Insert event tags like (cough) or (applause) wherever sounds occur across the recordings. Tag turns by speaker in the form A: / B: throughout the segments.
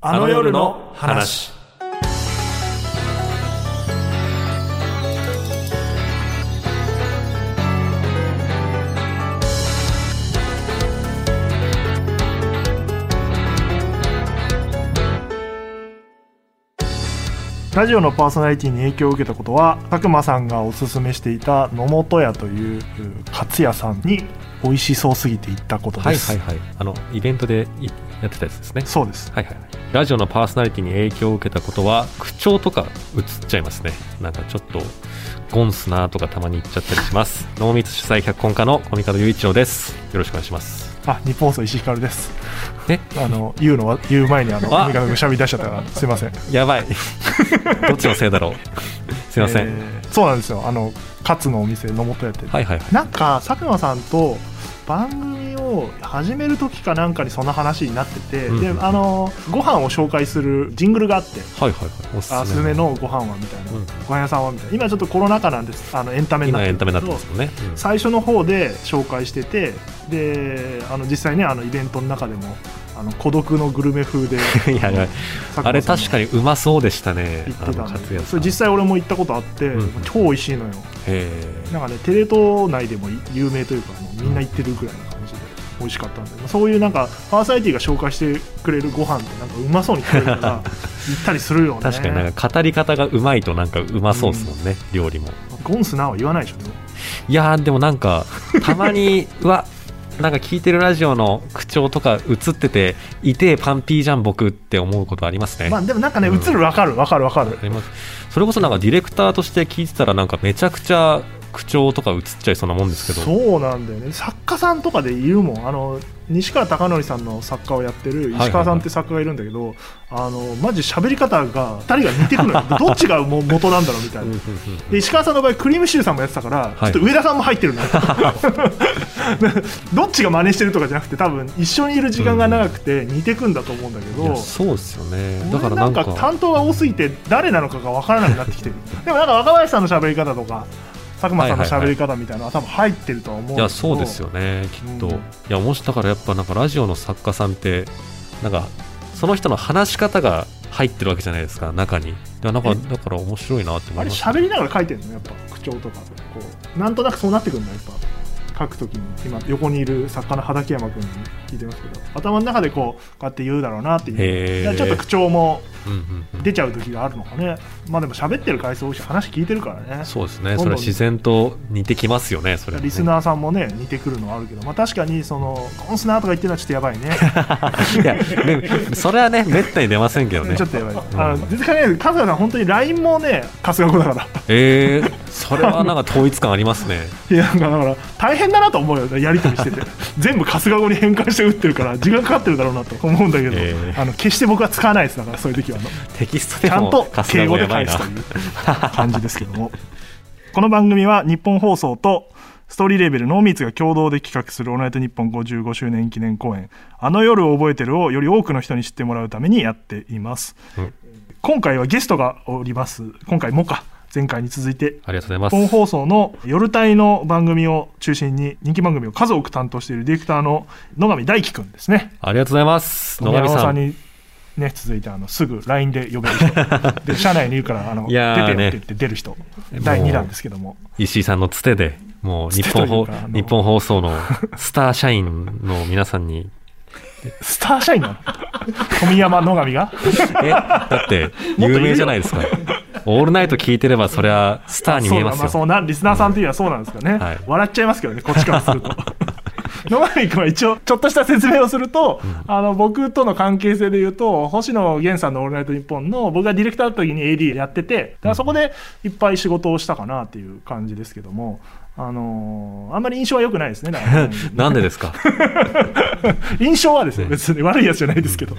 A: あの夜の話。
B: ラジオのパーソナリティに影響を受けたことは佐久間さんがおすすめしていた野本屋といううんカツ屋さんに美味しそうすぎて行ったこと
C: は
B: で
C: い
B: す、
C: はいはい。あの、イベントでいやってたやつですね。
B: そうです
C: はいはいはい。ラジオのパーソナリティに影響を受けたことは、口調とか映っちゃいますね。なんかちょっと、ゴンスなーとかたまに言っちゃったりします。濃密主催脚本家のコミカド雄一郎です。よろしくお願いします。
B: あ日本放送石井ひかるです
C: え
B: あの言うのは言う前にあの
C: あ
B: 海がぐしゃみ出しちゃったからすいません
C: や
B: (laughs)
C: ばい。どっちのせいだろう。すいません。
B: えーそうなんですよあのカツのお店野本屋って、
C: はいはいはい。
B: なんか佐久間さんと番組を始める時かなんかにその話になってて、
C: うんうんうん
B: であのご飯を紹介するジングルがあって
C: はいはいはい。おすすめの。
B: あすすめのご飯はみたいな、
C: うん
B: ご飯屋さんはみたいな今ちょっとコロナ禍なんですあのエンタメになっ
C: 今
B: て
C: エ
B: る
C: ンタメになって
B: けど
C: ますもんね。うん
B: 最初の方で紹介しててであの実際ねあのイベントの中でもあの孤独のグルメ風で
C: (laughs) いやいやあれ確か
B: に
C: にうまそうでしたね
B: 行っ。
C: あ
B: て
C: の、
B: た
C: カ
B: ん
C: ツ
B: で
C: ヤ
B: そ
C: さん。
B: れ実際俺も行ったことあって、
C: うんうん
B: 超美味しいのよ
C: へー
B: なんかねテレ東内でも有名というかあのみんな行ってるぐらいの感じで美味しかったんでそういうなんかパーサイティが紹介してくれるご飯ってなんかうまそうに食べるから
C: (laughs)
B: 行ったりするよね
C: 確かになんか語り方がうまいとなんかうまそうですもんね、料理も
B: ゴンスなは言わないでしょ
C: いやーでもな
B: (laughs)
C: んかたまにうわなんか聞いてるラジオの口調とか映ってて「いてえパンピーじゃん僕」って思うことありますね、
B: まあでもなんかね映
C: うん
B: るわかるわかるわかる
C: ありますそれこそなんかディレクターとして聞いてたらなんかめちゃくちゃ口調とか映っちゃいそうなもんですけど
B: そうなんだよね作家さんとかでいるもんあの西川貴教さんの作家をやってる石川さんって作家がいるんだけど、あのマジ喋り方が2人が似てくるのよどっちがも元なんだろうみたい
C: うんうん
B: な
C: うん
B: で石川さんの場合クリームシチューさんもやってたから、
C: はい
B: ちょっと上田さんも入ってるのよ (laughs) どっちが真似してるとかじゃなくて多分一緒にいる時間が長くて似てくんだと思うんだけど、
C: いやそうですよね
B: だ
C: だか
B: からら
C: な
B: なんん
C: か
B: か担当が多すぎて誰なのかが分からなくなって
C: (laughs)
B: きてるでもなんか若林さんの喋り方とか佐久間さんの喋り方みたいなのは多分入ってるとは思うんだけ
C: い
B: ど
C: やそうですよねきっと、
B: うん
C: いやもしだからやっぱなんかラジオの作家さんってなんかその人の話し方が入ってるわけじゃないですか中にいやなんか
B: え
C: だから面白いなって思
B: あ
C: い
B: れ
C: まし
B: 喋りながら書いてるのやっぱ口調とかこうなんとなくそうなってくるんだやっぱ書くときに今横にいる作家の畠山君に聞いてますけど頭の中でこうこうやって言うだろうなって
C: へ
B: い
C: ー
B: うだからちょっと口調も
C: うんうんうん
B: 出ちゃう時があるのかねまあでも喋ってる回数多いし話聞いてるからね
C: そうですね
B: どんどん
C: それは自然と似てきますよねそれはね
B: リスナーさんもね似てくるのはあるけど、まあ、確かにそのコンスナーとか言ってるのはちょっとやばいね
C: いやねそれはねめったに出ませんけどね
B: ちょっとやばい、
C: ん
B: あの全然関係ないけど春日さん本当に LINE もね春日子だから (laughs)
C: えー、それはなんか統一感ありますね
B: いやなんかだから大変だなと思うよやり取りして
C: (laughs)
B: て全部春日子に変換して打ってるから時間かかってるだろうなと思うんだけど、
C: ええ
B: あの決して僕は使わないですだからそういう時はあの
C: テキスト
B: ち
C: で
B: ゃん
C: も
B: と
C: 春
B: 敬
C: 日
B: 語
C: 語
B: で
C: やばい
B: 返す
C: な (laughs)
B: という感じですけどもこの番組は日本放送とストーリーレーベル濃密が共同で企画する「オールナイトニッポン55周年記念公演「あの夜を覚えてる」をより多くの人に知ってもらうためにやっています、
C: うん
B: 今回はゲストがおります今回もか前回に続いて
C: ありがとうご
B: 日
C: ざい
B: 本
C: ます
B: 放送の夜帯の番組を中心に人気番組を数多く担当しているディレクターの野上大輝くんですね
C: ありがとうございます野
B: 野
C: 上
B: 上
C: さん
B: さんにね続いてあのすぐ LINE で呼べる人で社内にいるからあの
C: いやー
B: 出てよ
C: ね
B: って言って出る人、第2弾ですけども
C: 石井さんのつてで、もう日
B: つてとい
C: 本
B: うか
C: 放
B: あの
C: 日本放送のスター社員の皆さん
B: (laughs)
C: に、
B: スター社
C: (laughs)
B: 員なの富山野上が
C: え、だって有名じゃないですか。オールナイト聞いてれば、そりゃスターに見
B: そう
C: え
B: な
C: ま
B: んまあ
C: す
B: そ
C: よ。
B: うなんリスナーさんというのはそうなんですかね、
C: はい
B: 笑っちゃいますけどねこっちからする
C: (laughs)
B: と野上君は一応ちょっとした説明をすると、あの僕との関係性で言うと星野源さんの「オールナイトニッポン」の僕がディレクターだった時に AD やっててだからそこでいっぱい仕事をしたかなっていう感じですけども。あのーあんまり印象は良くないですね。だから
C: (laughs)
B: ね
C: なんでですか。
B: 印象はですね、
C: ね
B: 別に悪いやつじゃないですけど、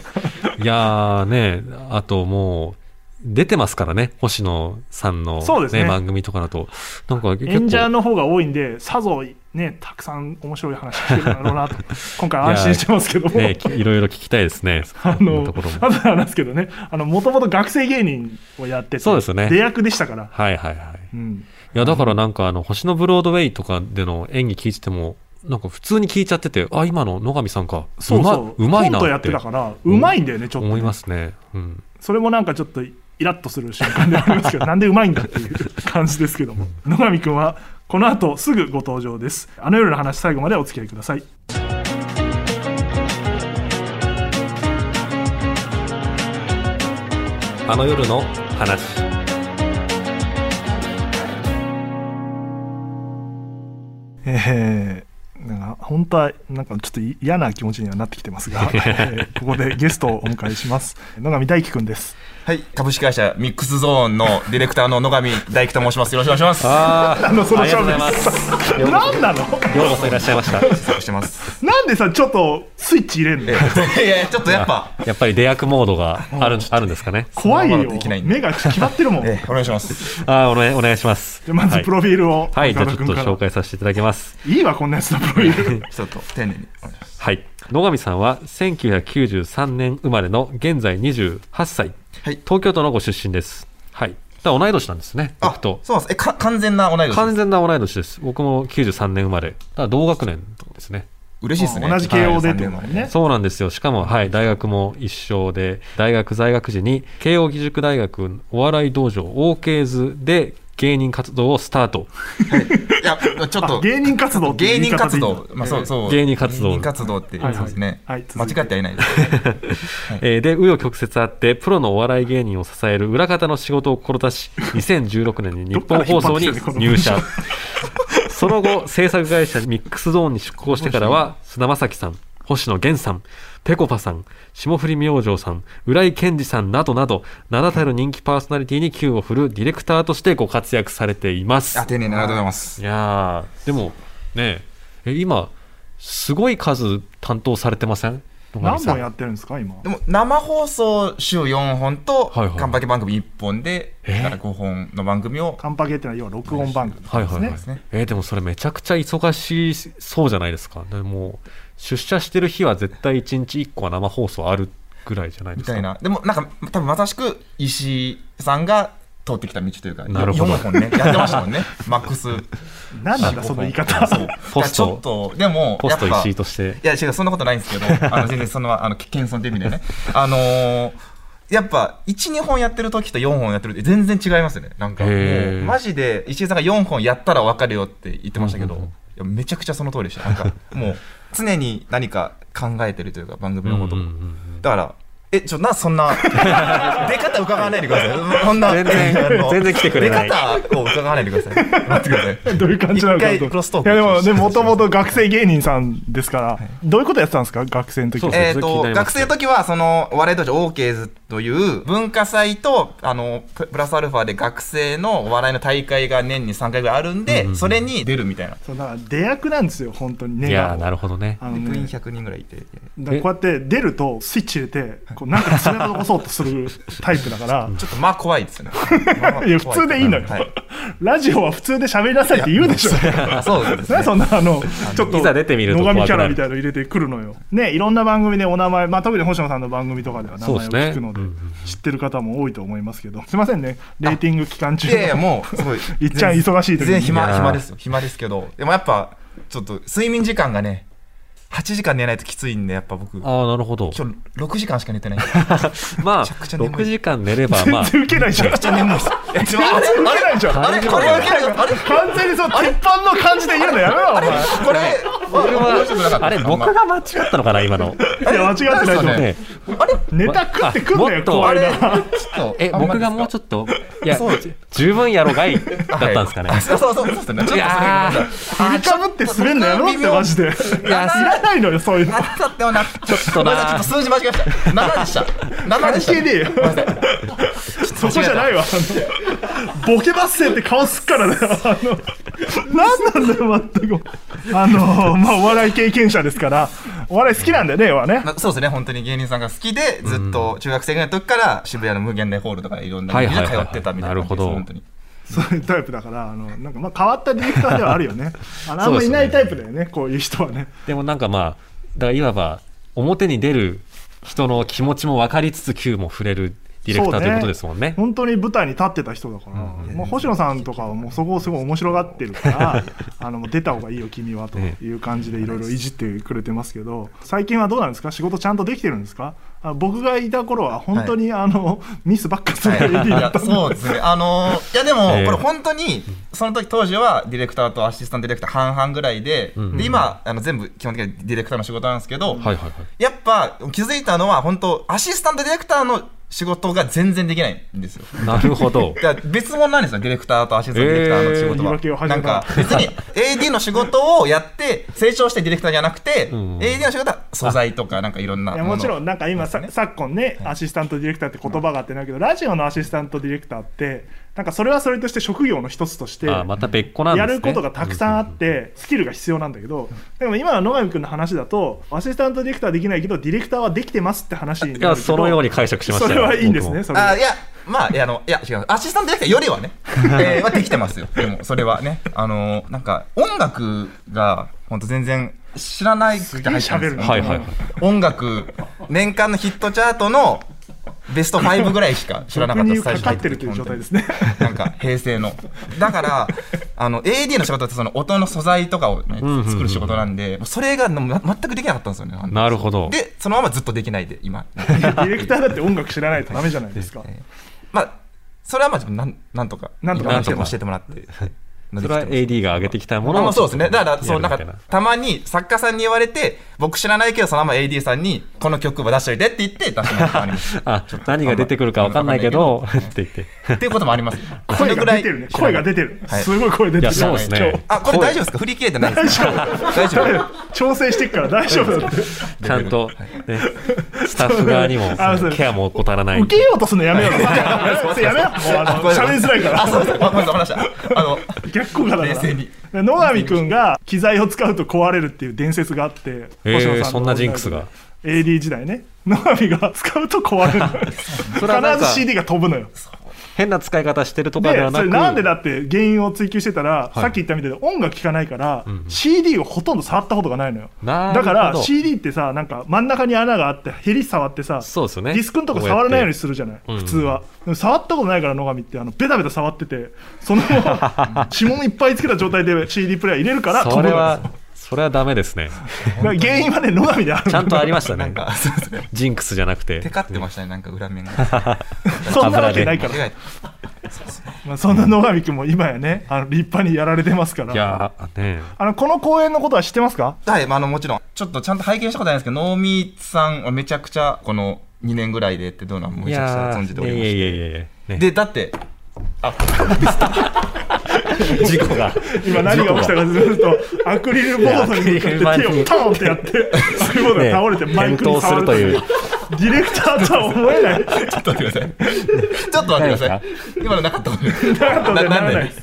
C: いやーね、あともう、出てますからね、星野さんの、
B: そうですね
C: 番組とかだと。なんか結構
B: 演者の方が多いんで、さぞね、たくさん面白い話してるだろう
C: (laughs)
B: なと、今回安心してますけども、
C: ね、きいろいろ聞きたいですね。
B: (laughs) あ
C: そんな
B: の
C: ところも、
B: あとなんですけどね、あの、もともと学生芸人をやってて、
C: そうですよね
B: 出役でしたから。
C: はいはいはい。
B: うん。
C: いや、だからなんかあの、星のブロードウェイとかでの演技聞いてても、なんか普通に聞いちゃってて、あ、今の野上さんか、
B: そうそう
C: まうまい
B: コ
C: な
B: ントや
C: っ
B: っててたからうまいんだよねちょっとね
C: 思いますね。うん。
B: それもなんかちょっとイラッとする瞬間でありますけ (laughs) どなんでうまいんだっていう感じですけども野上くんはこの後すぐご登場ですあの夜の話最後までお付き合いください
C: あの夜の話。
B: えーなんか本当はなんかちょっと嫌な気持ちにはなってきてます (laughs) が、えーここでゲストをお迎えします野上大輝くんです
D: はい、株式会社ミックスゾーンのディレクターの野上大輝と申します。よろしくお願いします。あ
C: ああ、
B: あのその
C: ありがとうございま
B: 勝負
C: す。ようこ
B: 何なの
C: そようこそいらっしゃいました。
D: 失礼してます。
B: なんでさちょっとスイッチ入れんの
D: え (laughs) えいやいや、ちょっとやっぱ、
C: やっぱり出役モードがあるあるんですかね。
B: 怖い
D: そ
B: よ
D: のままできないんで
B: 目が決まってるもん
D: ええお願いします。
C: ああ、お願いお願いします。
B: でまずプロフィールを
C: はい、はい、じゃあ
B: 岡田
C: ちょっと
B: 君から、
C: 紹介させていただきます。
B: いいわこんなやつのプロフィール
D: ちょっと丁寧にお願いします。
C: はい。野上さんは1993年生まれの現在28歳。
D: はい
C: 東京都のご出身です。はい。だから同い年なんですね。僕と。
D: そうなんです。え、か完全な同い年です。
C: 完全な同い年です。僕も93年生まれ。だから同学年ですね。
D: 嬉しいですね。
B: 同じ慶応でってことだもんね、
C: そうなんですよ。しかも、はい、大学も一緒で、大学在学時に、慶応義塾大学お笑い道場 OK 図で芸人活動をスタート。
D: いや、ちょっ
B: あ
D: と、
B: 芸人活動ってい
D: 芸
B: う言い
D: 人
B: 方で
D: 活
B: いいの
D: 動。まあ、そうそう。
C: 芸人活動
D: 芸人活動って、
B: はい
D: そうですね。
B: はい
D: 間
B: 続いて
D: 違ってはいないです。
C: えーで、紆余曲折あって、プロのお笑い芸人を支える裏方の仕事を志し、2016年に日本放送に入社。その後、制作会社ミックスゾーンに出向してからは、菅田将暉さん、星野源さん、ぺこぱさん、霜降り明星さん、浦井健二さんなどなど、名だたる人気パーソナリティに球を振るディレクターとしてご活躍されています
D: あ、。丁寧にありがとうございます
C: い。やー、でもねえ、え今、すごい数担当されてません
B: 何本
C: っ
B: やってるんですか今
D: でも、生放送週4本と、
C: はいはい
D: カンパケ番組1本で、
C: えー
D: だから5本の番組を、
B: カンパゲってのは要は録音番組ですね、
C: はいはいはいえーでもそれめちゃくちゃ忙しそうじゃないですか、でもう出社してる日は絶対1日1個は生放送あるぐらいじゃないで
D: み
C: すか
D: たいな。でも、なんか、多分まさしく、石井さんが通ってきた道というか、
C: なるほど
D: 4本ね、やってましたもんね。 (laughs) マックス。
B: 何なんだその言い方 (laughs)
D: そう
C: ポスト
D: いやちょっと、でも、
C: ポスト
D: やっぱ
C: 石井として
D: いや、違う、そんなことないんですけど、
C: (laughs)
D: あの、全然その、あの、謙遜って意味でね。あのーやっぱ、1、2本やってる時と4本やってるって全然違いますよね。なんか、
C: へ
D: も
C: ー
D: うマジで、石井さんが4本やったら分かるよって言ってましたけど、
C: う
D: い
C: んうんうん
D: やめちゃくちゃその通りでした。なんか、もう、常に何か考えてるというか、番組のことを。
C: うんうんうん
D: だから、え、ちょ、な、そん
C: (laughs)
D: な、出方伺わないでください。そんな、
C: 全然
D: あの
C: 全然来てくれない
D: 出方を伺わないでください。待ってください。
B: どういう感じなのかと
D: 一回クロストー
B: い
D: ク
B: やでもねもともと学生芸人さんですから、どういうことやってたんですか学生の時
C: そう
B: は
D: えー、
C: それ気に
D: と
C: なりま
D: 学
C: す
D: 生の時はそのお笑い道場オーケーズという文化祭とあのププラスアルファで学生のお笑いの大会が年に3回ぐらいあるんで、それに出るみたいな
B: そうだから出役なんですよ本当にね
C: いやーなるほどね
B: あの
D: で
B: ね
D: 部員100人ぐらいいて
B: だからこうやって出るとスイッチ入れてこうなんか爪を残そうとするタイプだから
D: ちょっとまあ怖いですね
B: (laughs) いや普通でいいのよ、
D: は
B: ラジオは普通で喋りなさいって言うでしょ
C: (laughs)
D: そうです
B: ね、
D: ね
B: そんなあのちょっと
C: いざ出てみると
B: 野上
C: 怖くなる
B: キャラみたいなの入れてくるのよねいろんな番組でお名前、まあ、特に星野さんの番組とかでは名前を
C: そうですね
B: 聞くので
C: うんうん
B: 知ってる方も多いと思いますけどすいませんねレーティング期間中
D: いやいやもうすごい
B: (laughs) いっちゃん忙しい時に
D: 全然
C: いや
D: 暇
C: ー
D: 暇ですよ暇ですけどでもやっぱちょっと睡眠時間がね8時間寝ないときついんでやっぱ僕今
C: ああなるほど
D: 日6時間しか
C: (laughs)
D: 寝てないめ
C: まあ
D: ちゃくちゃ眠
C: 6
D: い
C: 時間寝れば
D: (laughs)
C: まあ
B: 全然受けないじゃん全然
D: 眠いですいやちょあれ
B: 受けないじゃん
D: あれこれ受けるよあれ
B: 完全にその鉄板の感じで言うのやめろお前
D: これ、これ
C: あれ僕が間違ったのかな今
D: (laughs)
C: の
B: いや間違ってないと思う、
D: ね
C: ね
B: ネタ食ってくんだ
C: も
B: よ
C: っと
B: 怖い
D: ち
B: な
D: ょっと
C: え僕がもうちょっといや十分やろがいだったんですかね、
D: あそうそうそうそうですね。ちょっとそ
C: い
D: れ
C: や
D: あ
B: 振 (laughs) りかぶって滑んのやめろってマジでい
D: や
B: や知らないのよそういうの
D: なたってもな、ちょっ
C: とな
D: ちょっと数字間違えました。7でした。7で
B: 関
D: した。
B: 係ねえ (laughs) よそこじゃないわあのボケ合戦って顔すっからねあの何なんだよ全くあのまあお笑い経験者ですからお笑い好きなんだよね要はね
D: まあそうですね、本当に芸人さんが好きで、ずっと中学生ぐらいの時から渋谷の無限大ホールとかいろんな
C: は
D: 芸
C: いはい
D: 人
C: はいはい
D: 通ってたみたいな。
C: なるほど
D: 本当に。
B: そういうタイプだからあのなんかまあ変わったディレクターではあるよ (laughs) ねあのあんまいないタイプだよねこういう人はね
C: でもなんかまあだからいわば表に出る人の気持ちも分かりつつ Q も触れるディレクター
B: そうね
C: ということですもんね。
B: 本当に舞台に立ってた人だから、もう星野さんとかはもうそこをすごい面白がってるから
C: (laughs)
B: あのもう出た方がいいよ君はという感じでいろいろいじってくれてますけど最近はどうなんですか仕事ちゃんとできてるんですかあ僕がいた頃は本当に、あのミスばっかする AD
D: い
B: (laughs) だっ
D: や
B: たんで
D: そうですね、あのーいやでも、
C: ええ
D: これ、本当に、その時当時はディレクターとアシスタントディレクター半々ぐらいで、
C: うん
D: で今あの、全部基本的にディレクターの仕事なんですけど、
C: はいはいはい。
D: やっぱ気づいたのは、本当、アシスタントディレクターの仕事が全然できないんですよ。
C: なるほど。
D: だから別物なんですよ、ディレクターとアシスタントディレクターの仕事
B: えー言い
D: は。
B: 訳を始
D: な
B: め
D: ん
B: た
D: か、別に AD の仕事をやって、成長してディレクターじゃなくて、
C: うん
D: AD の仕事は素材とか、なんかいろんない
B: や
D: の
B: もちろんなんか今さ、
D: ね
B: 昨今ね、アシスタントディレクターって言葉があってないけど、ラジオのアシスタントディレクターってなんかそれはそれとして職業の一つとして
C: あまた別個なんで
B: や
C: すね。
B: ることがたくさんあってスキルが必要なんだけどでも今の野上君の話だとアシスタントディレクターできないけどディレクターはできてますって話になるけ
C: い
B: ど
C: や、そのように解釈しました
B: そ
C: よ
B: れはいいんです
C: 僕
B: ね
C: も
B: それ
D: あ
B: はい
D: や、まあ、いや、あの、いや、違う、アシスタントディレクターよりはね、
B: (laughs)
D: えーはできてますよ。でも、それはね、あのなんか、音楽が、本当全然知らないくて入ったんですよ
B: すげえ喋るな
C: はいはいはい。
D: 音楽、年間のヒットチャートのベスト5ぐらいしか知らなか
B: 俗
D: った
B: に言
D: です
B: うかかってるという状態ですね
D: なんか平成の。だから、あの、AD の仕事ってその音の素材とかをね、
C: うんうんうん
D: 作る仕事なんで、もうそれがの、ま、全くできなかったんですよね。あの
C: なるほど。
D: で、そのままずっとできないで、今。
B: ディレクターだって音楽知らないとダメじゃないですか
D: えーまあ、それはまあ、なんなんとか、
B: なんとか
D: いろん人に教えてもらって。
C: それは AD が上げてきたも
D: あ
C: の
D: ま
C: を
D: あそうですね。だから、そう、
C: や
D: な
C: る
D: ん
C: みたい
D: か、たまに作家さんに言われて、僕知らないけど、そのまま AD さんに、この曲を出しといてって言って、出します。
C: あ、何が出てくるか分かんないけど、って言って。
D: っていうこともあります。そ
B: 声
D: れぐ
B: が
D: ら
B: 出
D: い
B: てるね声が出てる、
D: はい
B: すごい声出てる
C: いや、そうですね。
D: あ、これ大丈夫ですか振り切れてないですか大丈夫
B: 今日調整してっから大丈夫だって
C: ちゃんと、ね、スタッフ側にも
B: あ (laughs) そう
C: ケアも怠らない
B: 受。けようとするのやめようぜ (laughs) やめようもうあの喋りづらいから
D: あ、そうです。ごめんなさい、わかりました。あの、
B: 逆効果だから
D: 冷静に
B: で野上君が機材を使うと壊れるっていう伝説があって、
C: えー
B: 星野の
C: そんなジンクスが
B: AD 時代ね野上が使うと壊れる
C: (laughs) それはなんか
B: 必ず CD が飛ぶのよ
C: 変な使い方してるとかで
B: で
C: はな
B: そ
C: く
B: れなんでだって原因を追求してたら、さっき言ったみたいで音楽聴かないから、CD をほとんど触ったことがないのよ
C: なるほ
B: だ
C: ど
B: から CD ってさなんか真ん中に穴があってヘリ触ってさ
C: そうですよね
B: ディスクのとこ触らないようにするじゃない、
C: んうん
B: 普通はでも触ったことないから野上ってあのベタベタ触っててそ
C: (laughs)
B: の指紋いっぱいつけた状態で CD プレイヤー入れるから
C: それ
B: 飛ぶ
C: は、それはダメですね。
B: のだから原因はね野上である
C: ちゃんとありました
D: な
C: ね
D: ん。か、そうですね。
C: ジンクスじゃなくて。
D: テカってましたね、なんか裏面が。
B: そんなわけないから、
D: 間違え
B: まあ、そんな野上君も今やねあの立派にやられてますから
C: いやー、ね
B: あのこの公演のことは知ってますか
D: たはい、まああの、もちろん。ちょっとちゃんと拝見したことないんですけど、ノーミーツさんはめちゃくちゃ、この2年ぐらいでってどうなのも
C: い
D: めちゃくちゃ
C: や
D: 存じており
C: ー、
D: ま
C: いやい
D: し
C: やいやいや
D: て。
C: ね
D: で、だって、あ、
C: 事故が。
B: 今何が起きたかというとアクリルボードに向かって手をタンって
C: (laughs)
B: やってアクリルボードが倒れてマイクに触るという
C: ね
B: ディレクターとは思えない
D: ちょっと待ってくださ
C: (laughs)
D: い。ちょっと待ってください。今のなかったことです。な
B: かったことで
D: なん
B: ならない
D: で。
B: です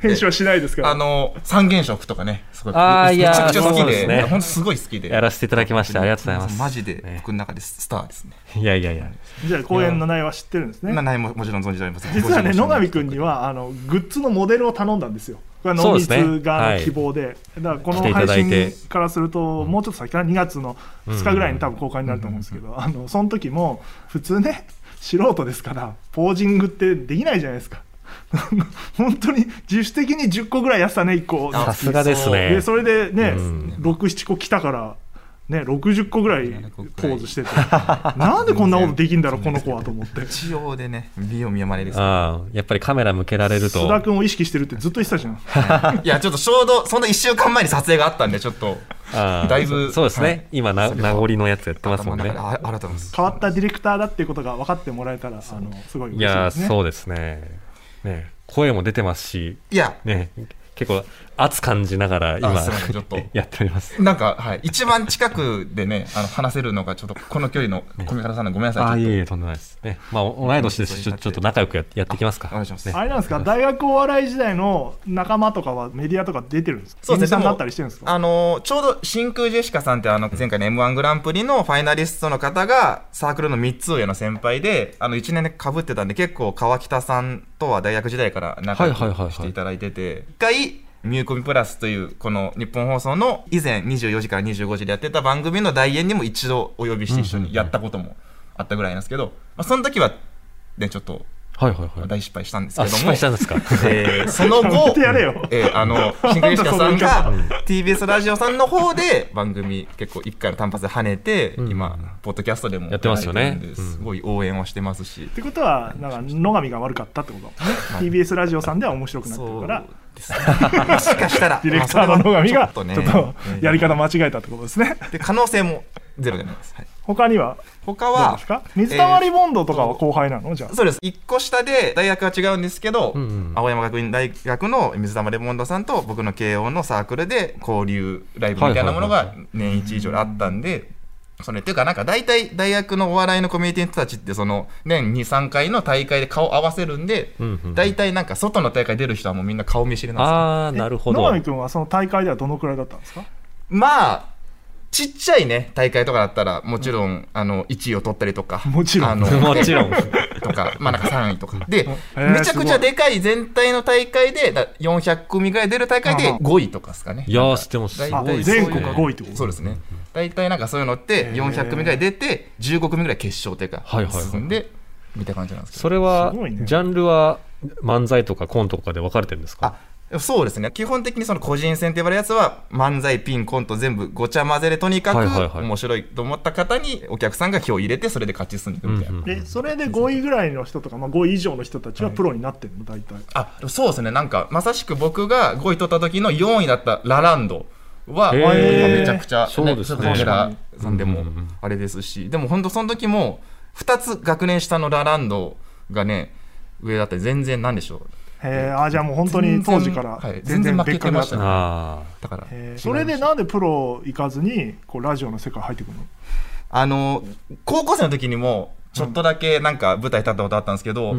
B: 編集はしないですから
D: あの、三原色とかね、すごい。
C: あーい
D: めち
C: やー
D: ゃくちゃ好き
C: そうです
D: で、
C: ね
D: 本当すごい好きで。
C: やらせていただきました。ありがとうございます。
D: マジで
C: ね
D: 僕の中でスターですね。
C: いやいやいや。
B: じゃあ公演の内容は知ってるんですね
D: なないももちろん存じております。
B: 実はね野上君に
D: は。
B: はあのグッズのモデルを頼んだんですよこれは
C: そ
B: ノ
C: う
B: ー
C: で
B: ミ
C: すね
B: スが
C: はい
B: 希望で、だからこ
C: 来て
B: の
C: いた
B: 配
C: だいて
B: 信からすると、もうちょっと先かな2月の2日ぐらいに多分公開になると思うんですけど、あのその時も普通ね素人ですからポージングってできないじゃないですか (laughs) 本当に自主的に10個ぐらいやってたね1個
D: あ
C: さすがですね
B: で。それでね、
C: ん
B: 67個来たから、ね、60個ぐらいポーズ
C: (laughs)
B: しててなんでこんなことできんだろうこの子はと思って
D: 一応でね、美を見まれです。
C: ああ、やっぱりカメラ向けられると。
B: 須田君を意識してるってずっと言ってたじゃん
D: いや、ちょっと衝動、そんな一週間前に撮影があったんで、ちょっと。
C: あー
D: だいぶ
C: そうです
D: は
C: ね
D: い。
C: 今、な名残のやつやってますもんね。
D: 頭の中であありがとうございます。
B: 変わったディレクターだっていうことが分かってもらえたらあのすごい嬉しい
C: いや
B: で
C: ー、
B: すね
C: そうですね。ね声も出てますし、
D: いや、
C: ね結構圧感じながら今
D: あすいませんちょっ (laughs) と
C: (laughs) やっております。
D: なんか、はい、一番近くでね、あの話せるのが、ちょっとこの距離の小見方さんのごめんなさい。ちょっ
C: あ
D: と
C: いえいえ、とんでもないです。ね、まあ、お同い年ですし、ちょちょっと仲良くややっていきますか。
D: お願いします
C: ね
B: あれなんですか大学お笑い時代の仲間とかはメディアとか出てるんですか
D: そうです
B: 芸人さん
D: ね。
B: だったりしてるんですか
D: あのーちょうど真空ジェシカさんってあの前回の M1 グランプリのファイナリストの方がサークルの3つ上の先輩で、あの1年で被ってたんで結構川北さんとは大学時代から仲良
C: はいはいはいはい
D: くしていただいてて、一回ミューコミプラスというこの日本放送の以前24時から25時でやってた番組の代演にも一度お呼びして一緒にやったこともあったぐらいなんですけど、まあ、その時はねちょっと
C: はいはいはい。
D: 大失敗したんですけ
C: あ、
D: ど
C: 失
D: も
C: 敗したんです
D: (laughs)
C: か。
B: (laughs)
D: えーそ
B: や
D: の
B: め
D: 後
B: てやれよ
D: えーあ
B: (laughs)
D: の真空ジェシカさん
B: な
D: が TBS ラジオさんの方で番組結構一回の単発で跳ねて、
C: ん
D: 今ポッドキャストでも
C: やってますよね
D: やられてるんで
C: うん
D: すごい応援をしてますし
B: っ、てことはなんか野上が悪かったってことだもんね TBS ラジオさんでは面白くなってる
D: そ
B: か
D: う
B: ら
D: ですねもしかした
B: (laughs)
D: ら
B: ディレクターの野上が
D: まあそれはちょっとね
B: ちょっと
D: うん
B: やり方間違えたってことですね
D: で可能性もゼロじゃないです、はい、
B: 他には
D: 他
B: どう
D: は
B: ですか水溜りボンドとかは後輩なのじゃあ
D: そうです1個下で大学は違うんですけど、
C: うんうん
D: 青山学院大学の水溜レモンドさんと僕の慶応のサークルで交流ライブみたいなもの
C: はいは
D: が年一以上あったんで、それっていうかなんか大体大学のお笑いのコミュニティの人たちってその年23回の大会で顔合わせるんで、
C: うんうん
D: 大体なんか外の大会出る人はもうみんな顔見知りなんですよ
C: ああ、なるほど。
B: 野
C: はい
B: 上君はその大会ではどのくらいだったんですか
D: まあちっちゃいね大会とかだったらもちろん、あの1位を取ったりとか
B: もちろん
D: あの
C: もちろん
D: とかまあなんか3位とかで、
B: えー
D: めちゃくちゃでかい全体の大会でだ400組ぐらい出る大会で
B: あは
D: 5位とかですかね
C: いやー、でもす
D: 大
B: あ
C: ごいで
D: 体
C: すね。
B: 全国5位ってこと
D: そうですね大体なんかそういうのって400組ぐらい出て15組ぐらい決勝というか
C: はいはいはい
D: 進んでみたいな感じなんですけど
C: それは、
B: すごいね
C: ジャンルは漫才とかコントとかで分かれてるんですか
D: あそうですね基本的にその個人戦と呼ばれるやつは漫才ピンコント全部ごちゃ混ぜでとにか
C: はいはいは
D: く
C: い
D: 面白いと思った方にお客さんが票を入れてそれで勝ち進んでいくみたいな、
C: うんうん
B: でそれで5位ぐらいの人とか、まあ、5位以上の人たちはプロになってるの大体、
D: あでもそうですねなんかまさしく僕が5位取った時の4位だったラランドは
C: へー
D: まあめちゃくちゃ、
C: そうですね
D: ちょっとラさんで
C: う
D: も
C: んうんうん
D: あれですしでも本当その時も2つ学年下のラランドがね上だったり全然なんでしょう
B: へえあじゃあもう本当に当時から
D: はい
B: 全然別格だっ
D: 全
B: た
D: 然負けてましたね
C: あ
D: だから
B: へえそれでなんでプロ行かずにこうラジオの世界入ってくるの
D: あの高校生の時にもちょっとだけなんか舞台立ったことあったんですけど、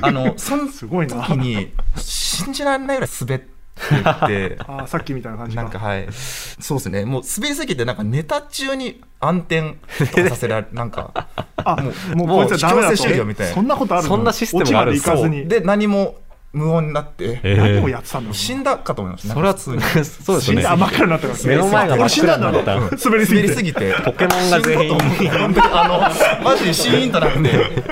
D: あのその
B: すごいな
D: 時に信じられないぐらい滑ってて (laughs)
B: あさっきみたいな感じか
D: なんかはいそうですねもう滑りすぎてなんかネタ中に暗転とかさせられなんか
B: あもうもうこいつはダメだ
D: 強制
B: と
D: 終了みたいな
B: そんなことあるの
C: そんなシステムがある
B: オチまで行かずに
D: で何も無音になって、
C: ーえー
B: 何を
C: (laughs)
B: やってたんだろう
D: 死んだかと思いました
C: それは、
D: 普
C: そ
D: 通
C: う
D: に
C: です
B: 死ん
C: よね
B: だ。あ真っ暗になってます
C: 目の前が
B: 俺死ん
C: 真
B: だ
C: っ
B: んだろ
C: 暗にな
B: う
C: った
B: 滑りすぎ
D: 滑りす
B: て
D: ぎて
C: ポケモンが全員
D: 死んだと思う本当にあのマジでシーンとなって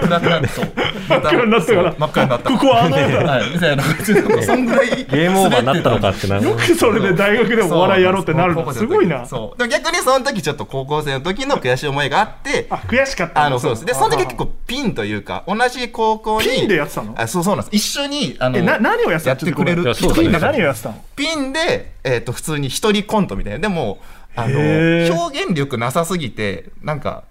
D: 暗くなってそう真っ
B: 暗になったから
D: 真っ暗になった
B: ここはあのや
D: はいみたいな感じでそんぐらい
C: ゲームオーバーになったのかってな。
B: (laughs) つよくそれで大学でもお笑いやろうってなるのすごいな
D: そうでも逆にその時ちょっと高校生の時の悔しい思いがあって
B: あ悔しかった
D: あのそうですでその時は結構ピンというか同じ高校に
B: ピンでやってたの
D: あそうそうなんです一緒にあの
B: えな何をやってた
D: やってくれる
C: いやそうだね
B: ピンで何をやってたの
D: ピンで、えっと普通に一人コントみたいなでもあ
B: へ
D: の
B: ー
D: 表現力なさすぎてなんか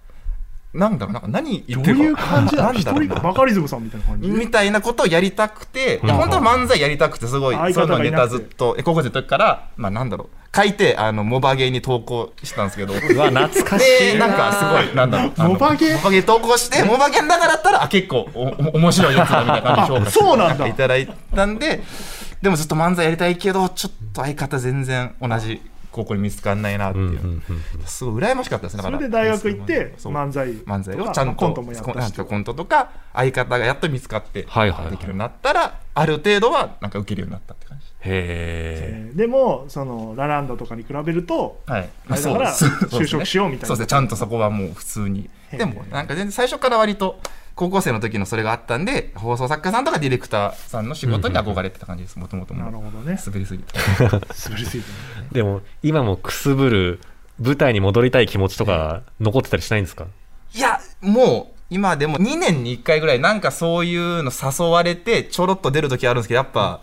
D: なんだろうなんか何言っ
B: ど
D: て
B: う
D: るか
B: いう感じな
D: な
B: の
D: ん
B: 一
D: だろう
B: 人
D: な
B: バカリズムさんみたいな感じ
D: みたいなことをやりたくて、
C: ん
D: 本当は漫才やりたくて、すごい、
B: 相
D: そうい
B: 方
D: うの
B: がい
D: ネ
B: なくて
D: タずっと、え高校生の時から、まあなんだろう、書いて、あの、モバゲーに投稿したんですけど、
C: うわ、懐かし
D: で、
C: い。
D: なんかすごい、なんだろう、あの
B: モバゲー
D: モバゲー投稿して、モバゲーの中だったら、あ、結構お、お面白いやつだみたいな感じで評価して
B: あそうなんだ
D: いただいたんで、でもずっと漫才やりたいけど、ちょっと相方全然同じ高校に見つかんないなって
C: うんうん
D: いう。
C: うん
D: すごい羨ましかったですね、
B: そ
D: だ
B: れ
D: か
B: で
D: ら
B: 大学行って
D: そう
B: 漫才
D: 漫才を
B: と
D: ちゃ
B: まあ
D: んと
B: コントもやったし
D: そうコントとか相方がやっと見つかってでき
C: はいはいはい
D: るようになったらある程度はなんか受けるようになったって感じ
C: へ
B: えーでもそのラランドとかに比べると
D: はい
B: あれだから就職しようみたいな
D: そうですねちゃんとそこはもう普通に
B: へえ
D: でもなんか全然最初から割と高校生の時のそれがあったんで放送作家さんとかディレクターさんの仕事に憧れてた感じですもともと
B: なる
D: もう
B: ほどね
D: 滑りすぎて
B: 滑りすぎてね
C: ーでも、今もくすぶる舞台に戻りたい気持ちとか残ってたりしないんですか
D: いや、もう、今でも2年に1回ぐらいなんかそういうの誘われてちょろっと出る時あるんですけど、やっぱ、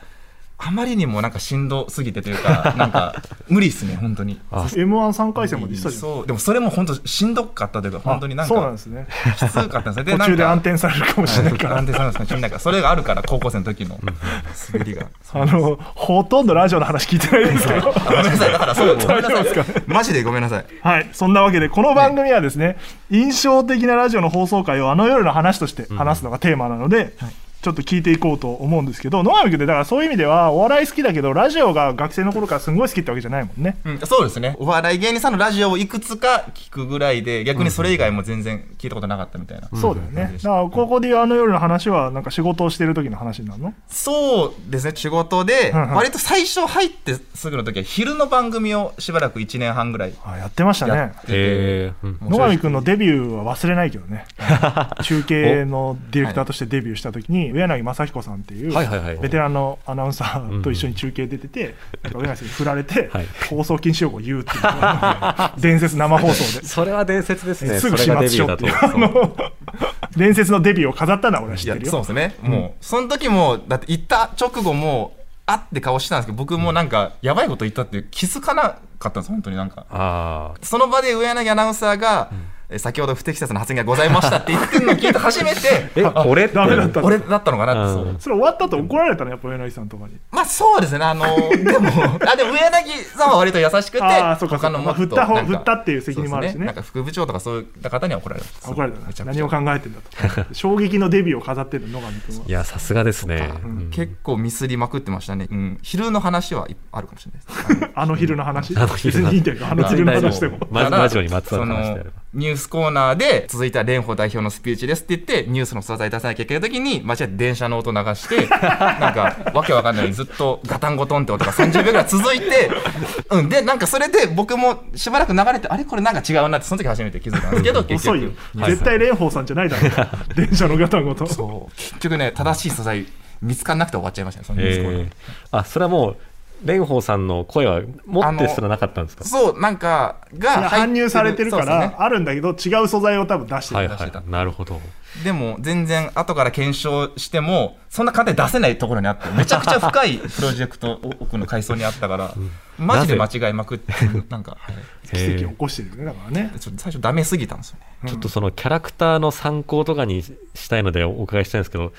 D: あまりにもなんかしんどすぎてという
B: (laughs)
D: か、なんか無理っすね、本当に。
C: あ
B: m 1 3回戦まで行ってたじゃん
D: そう、でもそれも本当しんどかったというか、本当になん
B: あそうなん
D: か
B: ですね
D: きつかったんですね。
B: 途中で暗
D: 定
B: 転されるかもしれないから
D: 安定されますね。なんかそれがあるから、高校生の時の滑りが。
B: あのほとんどラジオの話聞いてないですけど
D: あごめんなさい、だから (laughs) そう、ごめんな
B: 大丈夫
D: さ
B: です
D: い。マジでごめんなさい。
B: はい、そんなわけで、この番組はですね、印象的なラジオの放送回をあの夜の話として話すのがテーマなので、ちょっと聞いていこうと思うんですけど野上君ってだからそういう意味ではお笑い好きだけどラジオが学生の頃からすごい好きってわけじゃないもんね
D: うん、そうですねお笑い芸人さんのラジオをいくつか聞くぐらいで逆にそれ以外も全然聞いたことなかったみたいな、
B: そうだよね。だから、ここで言うあの夜の話は、なんか仕事をしてる時の話になるの
D: そうですね仕事で
B: うんうん
D: 割と最初入ってすぐの時は昼の番組をしばらく1年半ぐらい
B: あ、やってました
D: や
B: ね
D: っ。てて、
C: えーうん
B: 野上くんのデビューは忘れないけど
C: (laughs)
B: ね。中継のディレクターとしてデビューした時に、上柳正彦さんっていう、
C: はいはいはい
B: ベテランのアナウンサーと一緒に中継出て
C: (laughs)
B: て、なんか上柳さんに振られて
C: はい、
B: 放送禁止用語を言うっていうのが、伝説生放送で。
C: (laughs) それは伝説ですね。
B: すぐ始
C: それ
B: 末
C: がデビ
B: しよう
C: ューだ
B: って
C: と。
B: いう、あの、伝説のデビューを飾ったのは俺は知
D: い
B: っ
D: や
B: てる
D: そう
B: よ
D: で。すね、もうその時もだって行った直後もあって顔してたんですけど僕もなんかやばいこと言ったって気づかなかったんです本当になんか
C: あ
D: その場で上柳アナウンサーが、え先ほど不適切な発言がございましたって言ってるのを聞いて
B: (laughs)
D: 初め
C: あ。え
D: て、
C: 俺って
B: ダメだった。
D: 俺だったのかなってそう
C: うん
B: それ終わった後怒られたね、やっぱ上柳さんとかに。
D: まあそうですね、
B: (laughs)
D: あのでも、あでも上柳さんは割と優しくて、
B: ああそうかそうか
D: 他のもっと
B: まあ振った方
D: なんか
B: 振ったっていう責任もあるしね
D: そうですなんか副部長とかそういった方には怒られます。
B: 怒られた
D: めち
B: な
D: ゃく
B: 何
D: ちゃ
B: を考えてんだと衝撃のデビューを飾ってるの野上君
C: (laughs)
B: はい
C: や、さすがですね。
D: う
C: うんん
D: 結構ミスりまくってましたね、うん、昼の話はいあるかもしれ
B: (laughs)
D: ないです
B: あの昼の話
C: あの昼
B: 別
C: の
B: にいいんだよあの昼の話でも
C: まず
D: ただ
C: ラジオにまつわる話であれば
D: そのニュースコーナーで続いては蓮舫代表のスピーチですって言ってニュースの素材出さなきゃいけない時に間違って電車の音流してなんかわけわかんないようにずっとガタンゴトンって音が30秒ぐらい続いて、うん、でなんかそれで僕もしばらく流れてあれこれなんか違うなってその時初めて気づいたんですけど結
B: 遅いよ
D: 局
C: はい
B: 絶対蓮舫さんじゃないだろう (laughs) 電車のガタンゴトン
D: そう結局ね正しい素材見つからなくて終わっちゃいましたねそのニュースコーナー。
C: えーあ、それはもう、蓮舫さんの声は持ってすらなかったんですか
D: そうなんかが入って
B: 搬入されてるか
D: そうですね
B: らあるんだけど違う素材を多分出して
C: はい
B: る
C: はい。なるほど。
D: でも全然後から検証してもそんな簡単に出せないところにあってめちゃくちゃ深いプロジェクト奥の階層にあったからマジで間違いまくってなんか、はい
B: 奇跡を起こしてるよねだからね
D: ちょっと最初ダメすぎたんですよね
C: ちょっとそのキャラクターの参考とかにしたいのでお伺いしたいんですけど、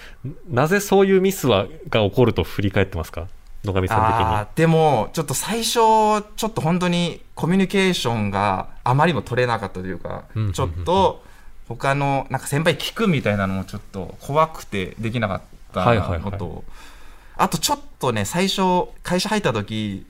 C: なぜそういうミスはが起こると振り返ってますか野上さん
D: あーでもちょっと最初ちょっと本当にコミュニケーションがあまりにも取れなかったというか、
C: うん
D: ちょっと他のなんか先輩聞くみたいなのもちょっと怖くてできなかったことを、
C: はいはいはい
D: あとちょっとね最初会社入った時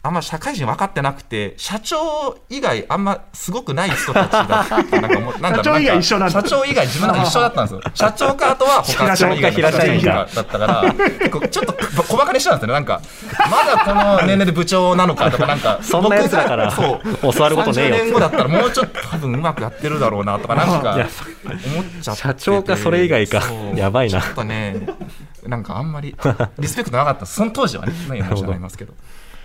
D: あんま社会人分かってなくて社長以外あんますごくない人たちがなんかもうなんだろう
B: 社長以外一緒なんだ
D: 社長以外自分なんか一緒だったんで
C: (laughs)
D: すよ社長かあとは他社以外の
C: 平社員か
D: だったから結構ちょっと小バカにしてたんですよねなんかまだこの年齢で部長なの
C: (laughs)
D: かとかなんか
C: そんなやつだから
D: 僕がそう
C: 教わることねえよ
D: 30年後だったらもうちょっと多分うまくやってるだろうなとかなん
C: 的に。い
D: か
C: や、
D: 思っちゃってて
C: 社長かそれ以外か
D: そ。う
C: やばいな
D: ちょ。っとねなんかあんまりリスペクトなかったその当時
C: (laughs)
D: はね今今じゃありますけど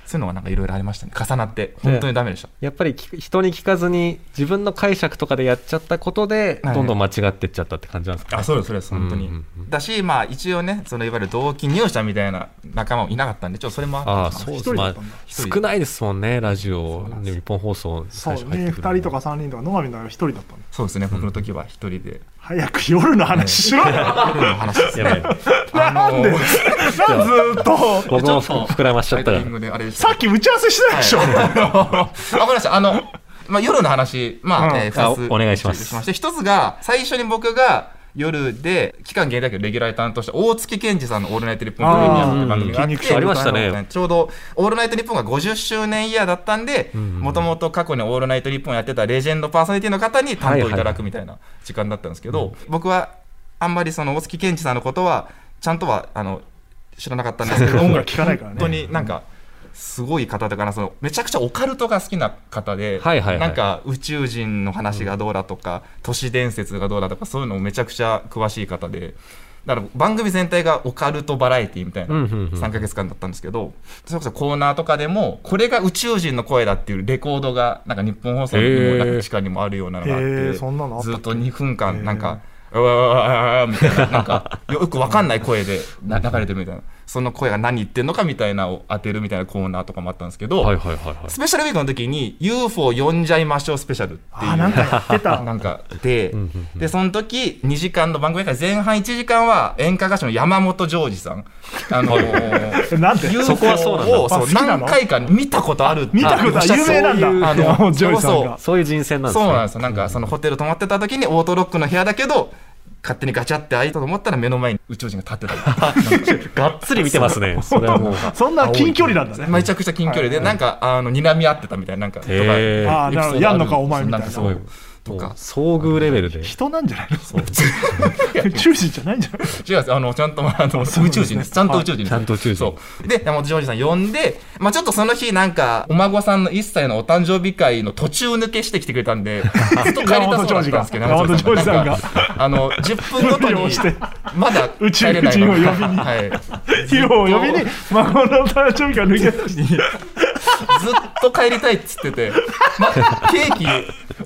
D: そういうのがなんかいろいろありましたね重なって本当にダメでした、
C: やっぱり聞く人に聞かずに自分の解釈とかでやっちゃったことで、
D: はい
C: どんどん間違ってっちゃったって感じなんですか、
D: あそうですそうです本当に、
C: うんうん
D: だしまあ一応ねそのいわゆる同期入社みたいな仲間もいなかったんでちょっとそれも
C: あ
D: あ
C: あ、
D: って
C: そうで
B: 一
C: す。
B: 人だ
C: ま
B: っ
C: あ
B: たんだ、
D: 一人
C: 少ないですもんね、ラジオ、
B: なんで
C: ね
B: す
C: 日本放送、
B: そ
C: 最初
B: う
C: 入って
B: ね
C: くるの
B: 2人とか3人とか野上のは1人だったの
D: そうですね僕の時は一人で
B: 早く夜の話しろよ
D: 夜の話で
C: (laughs)
D: す
C: やば
D: ね
C: い。
B: (laughs) なんでなんでずっと
C: 僕も
D: ちょっと
C: 膨らましちゃった
D: タ
C: ら
D: イミン。グであれでした
B: さっき打ち合わせしてないでしょ
D: わかりました。あの、まあ、夜の話、ま
B: う
D: あ、
B: ん
D: えー二つ
C: あお願いします
D: しまして、一つが、最初に僕が、夜で、期間限定だけど、レギュラーで担当した大月健二さんのオールナイトニッポンプレミアムって番組があっ
B: あー筋肉
D: て、
B: 痛あ
C: りましたね
D: ちょうど、オールナイトニッポンが50周年イヤーだったんで、
C: ん
D: もともと過去にオールナイトニッポンやってたレジェンドパーソナリティの方に担当いただくみたいな時間だったんですけど、僕は、あんまりその大月健二さんのことは、ちゃんとは、あの、知らなかったんですけ
C: (laughs)
D: ど、
B: 音楽聴かないからね
D: 本当になんかすごい方だからそのめちゃくちゃオカルトが好きな方で、
C: はいはいはい
D: なんか宇宙人の話がどうだとか、都市伝説がどうだとかそういうのもめちゃくちゃ詳しい方で。だから番組全体がオカルトバラエティみたいな
C: うんうんうん
D: 3ヶ月間だったんですけど、それこそコーナーとかでもこれが宇宙人の声だっていうレコードがなんか日本放送の
C: へー
D: なんか地下にもあるようなのがあって、
B: へーそんなのあったっ
D: ず
B: け
D: っと2分間なんかうわうわうわうわみたいな、なんか、よくわかんない声でな流れてるみたいな、その声が何言ってんのかみたいなのを当てるみたいなコーナーとかもあったんですけど、
C: はいはいはいはい。
D: スペシャルウィークの時に UFO 呼んじゃいましょうスペシャルっていう。
B: あなんかやってた
D: なんかで
C: んうん
D: でその時2時間の番組から前半1時間は演歌歌手の山本譲二さんあの
B: (laughs)
D: ー
B: なんで
D: UFO
C: そこはそうなんだ
D: をそう
B: あ好きなの
D: 何回か見たことあるって
B: 見たことは有名なんだ
D: そういうあ
B: (laughs)
D: の
B: 山本譲二さんが
D: そうそう
C: そういう人選なんです
D: そ
C: ね。
D: うなんですよ。なんかそのホテル泊まってた時にオートロックの部屋だけど、勝手にガチャって開いたと思ったら目の前に宇宙人が
B: (laughs)
D: 立ってたり
C: がっつり見てますね。それはもう。
B: そんな近距離なんだね。
D: めちゃくちゃ近距離で、なんか、あの、睨み合ってたみたいな、なんか、とか、
C: へー
B: ああ、なるほど。やんのか、お前みたいな。
D: そ
C: す
D: ん
C: ご
D: なん
C: い
D: か。と
C: もう
D: か
C: 遭遇レベルで。
B: (laughs) 人なんじゃない
C: そう
B: の宇宙人じゃないんじゃない
D: 違うんですあの、ちゃんと、あの、宇
B: うですね
D: 宙人です。ちゃんと宇宙人です。
C: はいちゃんと宇宙人
D: そう。で、山本譲二さん呼んで、まあちょっとその日、なんか、お孫さんの1歳のお誕生日会の途中抜けしてきてくれた
B: (laughs)
D: んで、ずっと帰りたそうだったんですけど、
B: 山本譲二が
D: なんかあの、10分ごと
B: 無理を
D: に
B: して、
D: まだ
B: 宇宙
D: 帰れない
B: 人を呼びに
D: はい。
B: ヒーローを呼びに、孫の誕生日が抜け出して。
D: (laughs) ずっと帰りたいっつってて、ま、ケーキ、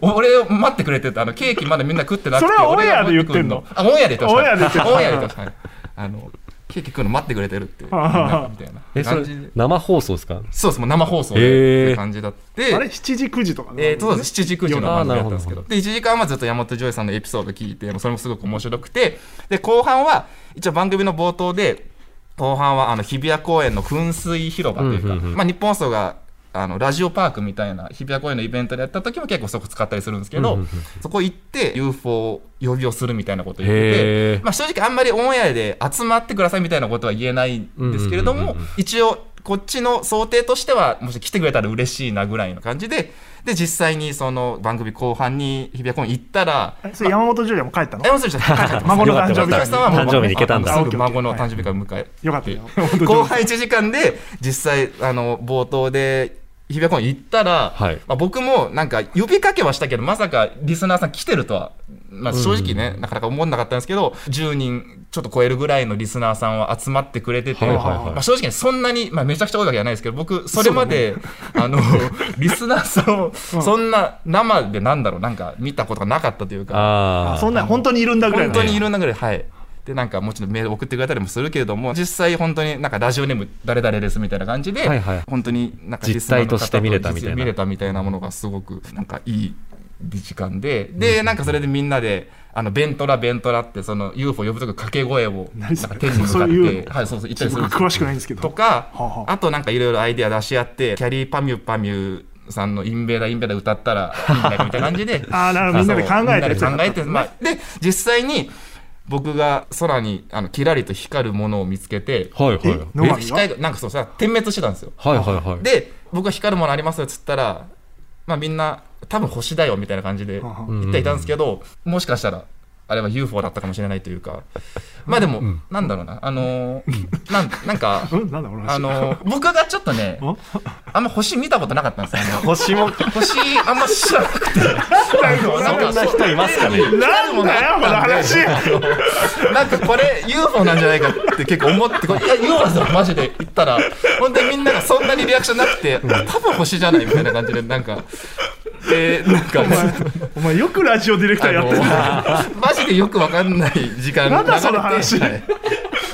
D: お俺を待ってくれてた、あのケーキまだみんな食ってなく
B: そ
D: て、
B: れはオンエアで
D: 俺が持くる
B: 言っ
D: あ、オンエアで言ってました。
B: オン
D: オン
B: エ
D: エ
B: ア
D: ア
B: で言っ
D: で言ってました。はいあの、ケーキ食うの待ってくれてるって、みた
B: あ (laughs)
D: い
C: え、
D: な
C: そ
D: 感
C: れ
D: じで。
C: 生放送ですか
D: そうです、もう生放送
C: へー
D: でって感じだって。
B: あれ ?7 時、9時とかね
D: えー、そうです7時9時の番組だったんですけ
C: あ
D: ど
C: ー
D: で1時間はずっと山本譲二さんのエピソード聞いてもうそれもすごく面白くてで後半は一応番組の冒頭で後半はあの日比谷公園の噴水広場というか、
C: うんうんうん
D: まあ、日本放送があのラジオパークみたいな日比谷公園のイベントでやった時も結構そこ使ったりするんですけ
C: うん
D: ど、
C: うんうん
D: そこ行って UFO 呼びをするみたいなこと言って
C: へ
D: て、まあ、正直あんまりオンエアで集まってくださいみたいなことは言えないんですけれども、
C: うんうんうんうん
D: 一応こっちの想定としてはもし来てくれたら嬉しいなぐらいの感じでで実際にその番組後半に日比谷公園行ったら
B: えそれ山本譲二はもう帰ったの
D: 山本さん帰ってま
C: (laughs)
D: す
B: 孫の誕
D: 山
B: 生
D: 本
B: 日
D: さんはもう
C: 誕生日に行けたんだ
D: すぐ孫の誕生
C: (laughs)
D: 日から迎え
B: よかったよ。
D: 後半1時間で実際あの冒頭で日比谷公園行ったら、
C: はい
D: まあ、僕もなんか呼びかけはしたけどまさかリスナーさん来てるとは、まあ、正直ね、なかなか思わなかったんですけど10人ちょっと超えるぐらいのリスナーさんは集まってくれてて、
C: はいはいはい
D: まあ、正直そんなに、まあ、めちゃくちゃ多いわけじゃないですけど僕それまで、 (laughs) あのリスナーさんをそんな生でなんだろうなんか見たことがなかったというか
C: あ
B: あ
C: あ。
B: そんな、本当にいるんだぐらい
D: 本
B: の
D: 当にいろんなぐらい、はい。で、なんかもちろんメール送ってくれたりもするけれども、実際本当になんかラジオネーム誰々ですみたいな感じで、
C: はいはい
D: 本当になんか
C: 実態として見れたみたいな
D: 実見れたみたいなものがすごくなんかいい時間で、で、なんかそれでみんなで、あの、ベントラベントラってその UFO 呼ぶとき掛け声を、なん
B: そ
D: か
B: れ
D: 手に向
B: そ
D: か
B: う
D: っ
B: いう
D: て、はい、そうそう、言ったりするんです
B: 僕
D: よ
B: 詳しくないんですけど。
D: とか、
B: はあはあ。
D: あとなんかいろいろアイデア出し合って、キャリーパミュパミュさんのインベーダーインベーダー歌ったらいいんだよみたいな感じで
B: あーなるほどみんなで考えて
D: そうみんなで
B: やつ
D: 考
B: だ
D: えて、まあ、で、実際に僕が空にあのキラリと光るものを見つけて、
C: はいはい。
B: え
C: え
B: 野上が
D: 光がなんかそうさ、点滅してたんですよ。
C: はいはいはい。
D: で、僕は光るものありますよっつったら、まあみんな、多分星だよみたいな感じで
B: はあはあ
D: 言っていたんですけど、もしかしたら、あれは UFO だったかもしれないというか、まあでも、なんだろうな、あのー、なんなんか、
B: うんなんだ俺
D: あのー僕がちょっとね
B: ん、
D: あんま星見たことなかったんですよ。あの
C: 星も、
D: 星あんま知らなくて。
C: そんな人いますかね。
D: (laughs)
B: なんだよこの話
D: なんかこれ UFO なんじゃないかって結構思って、これいや UFO ですよ、マジで言ったら。ほんでみんながそんなにリアクションなくて、多分星じゃないみたいな感じで、なんか。で、なんか、
B: お前よくラジオディレクタ
D: あ
B: ーやって
D: の
B: るな、
D: マジでよくわかんない時間
B: なん
D: が
B: だその話
D: はい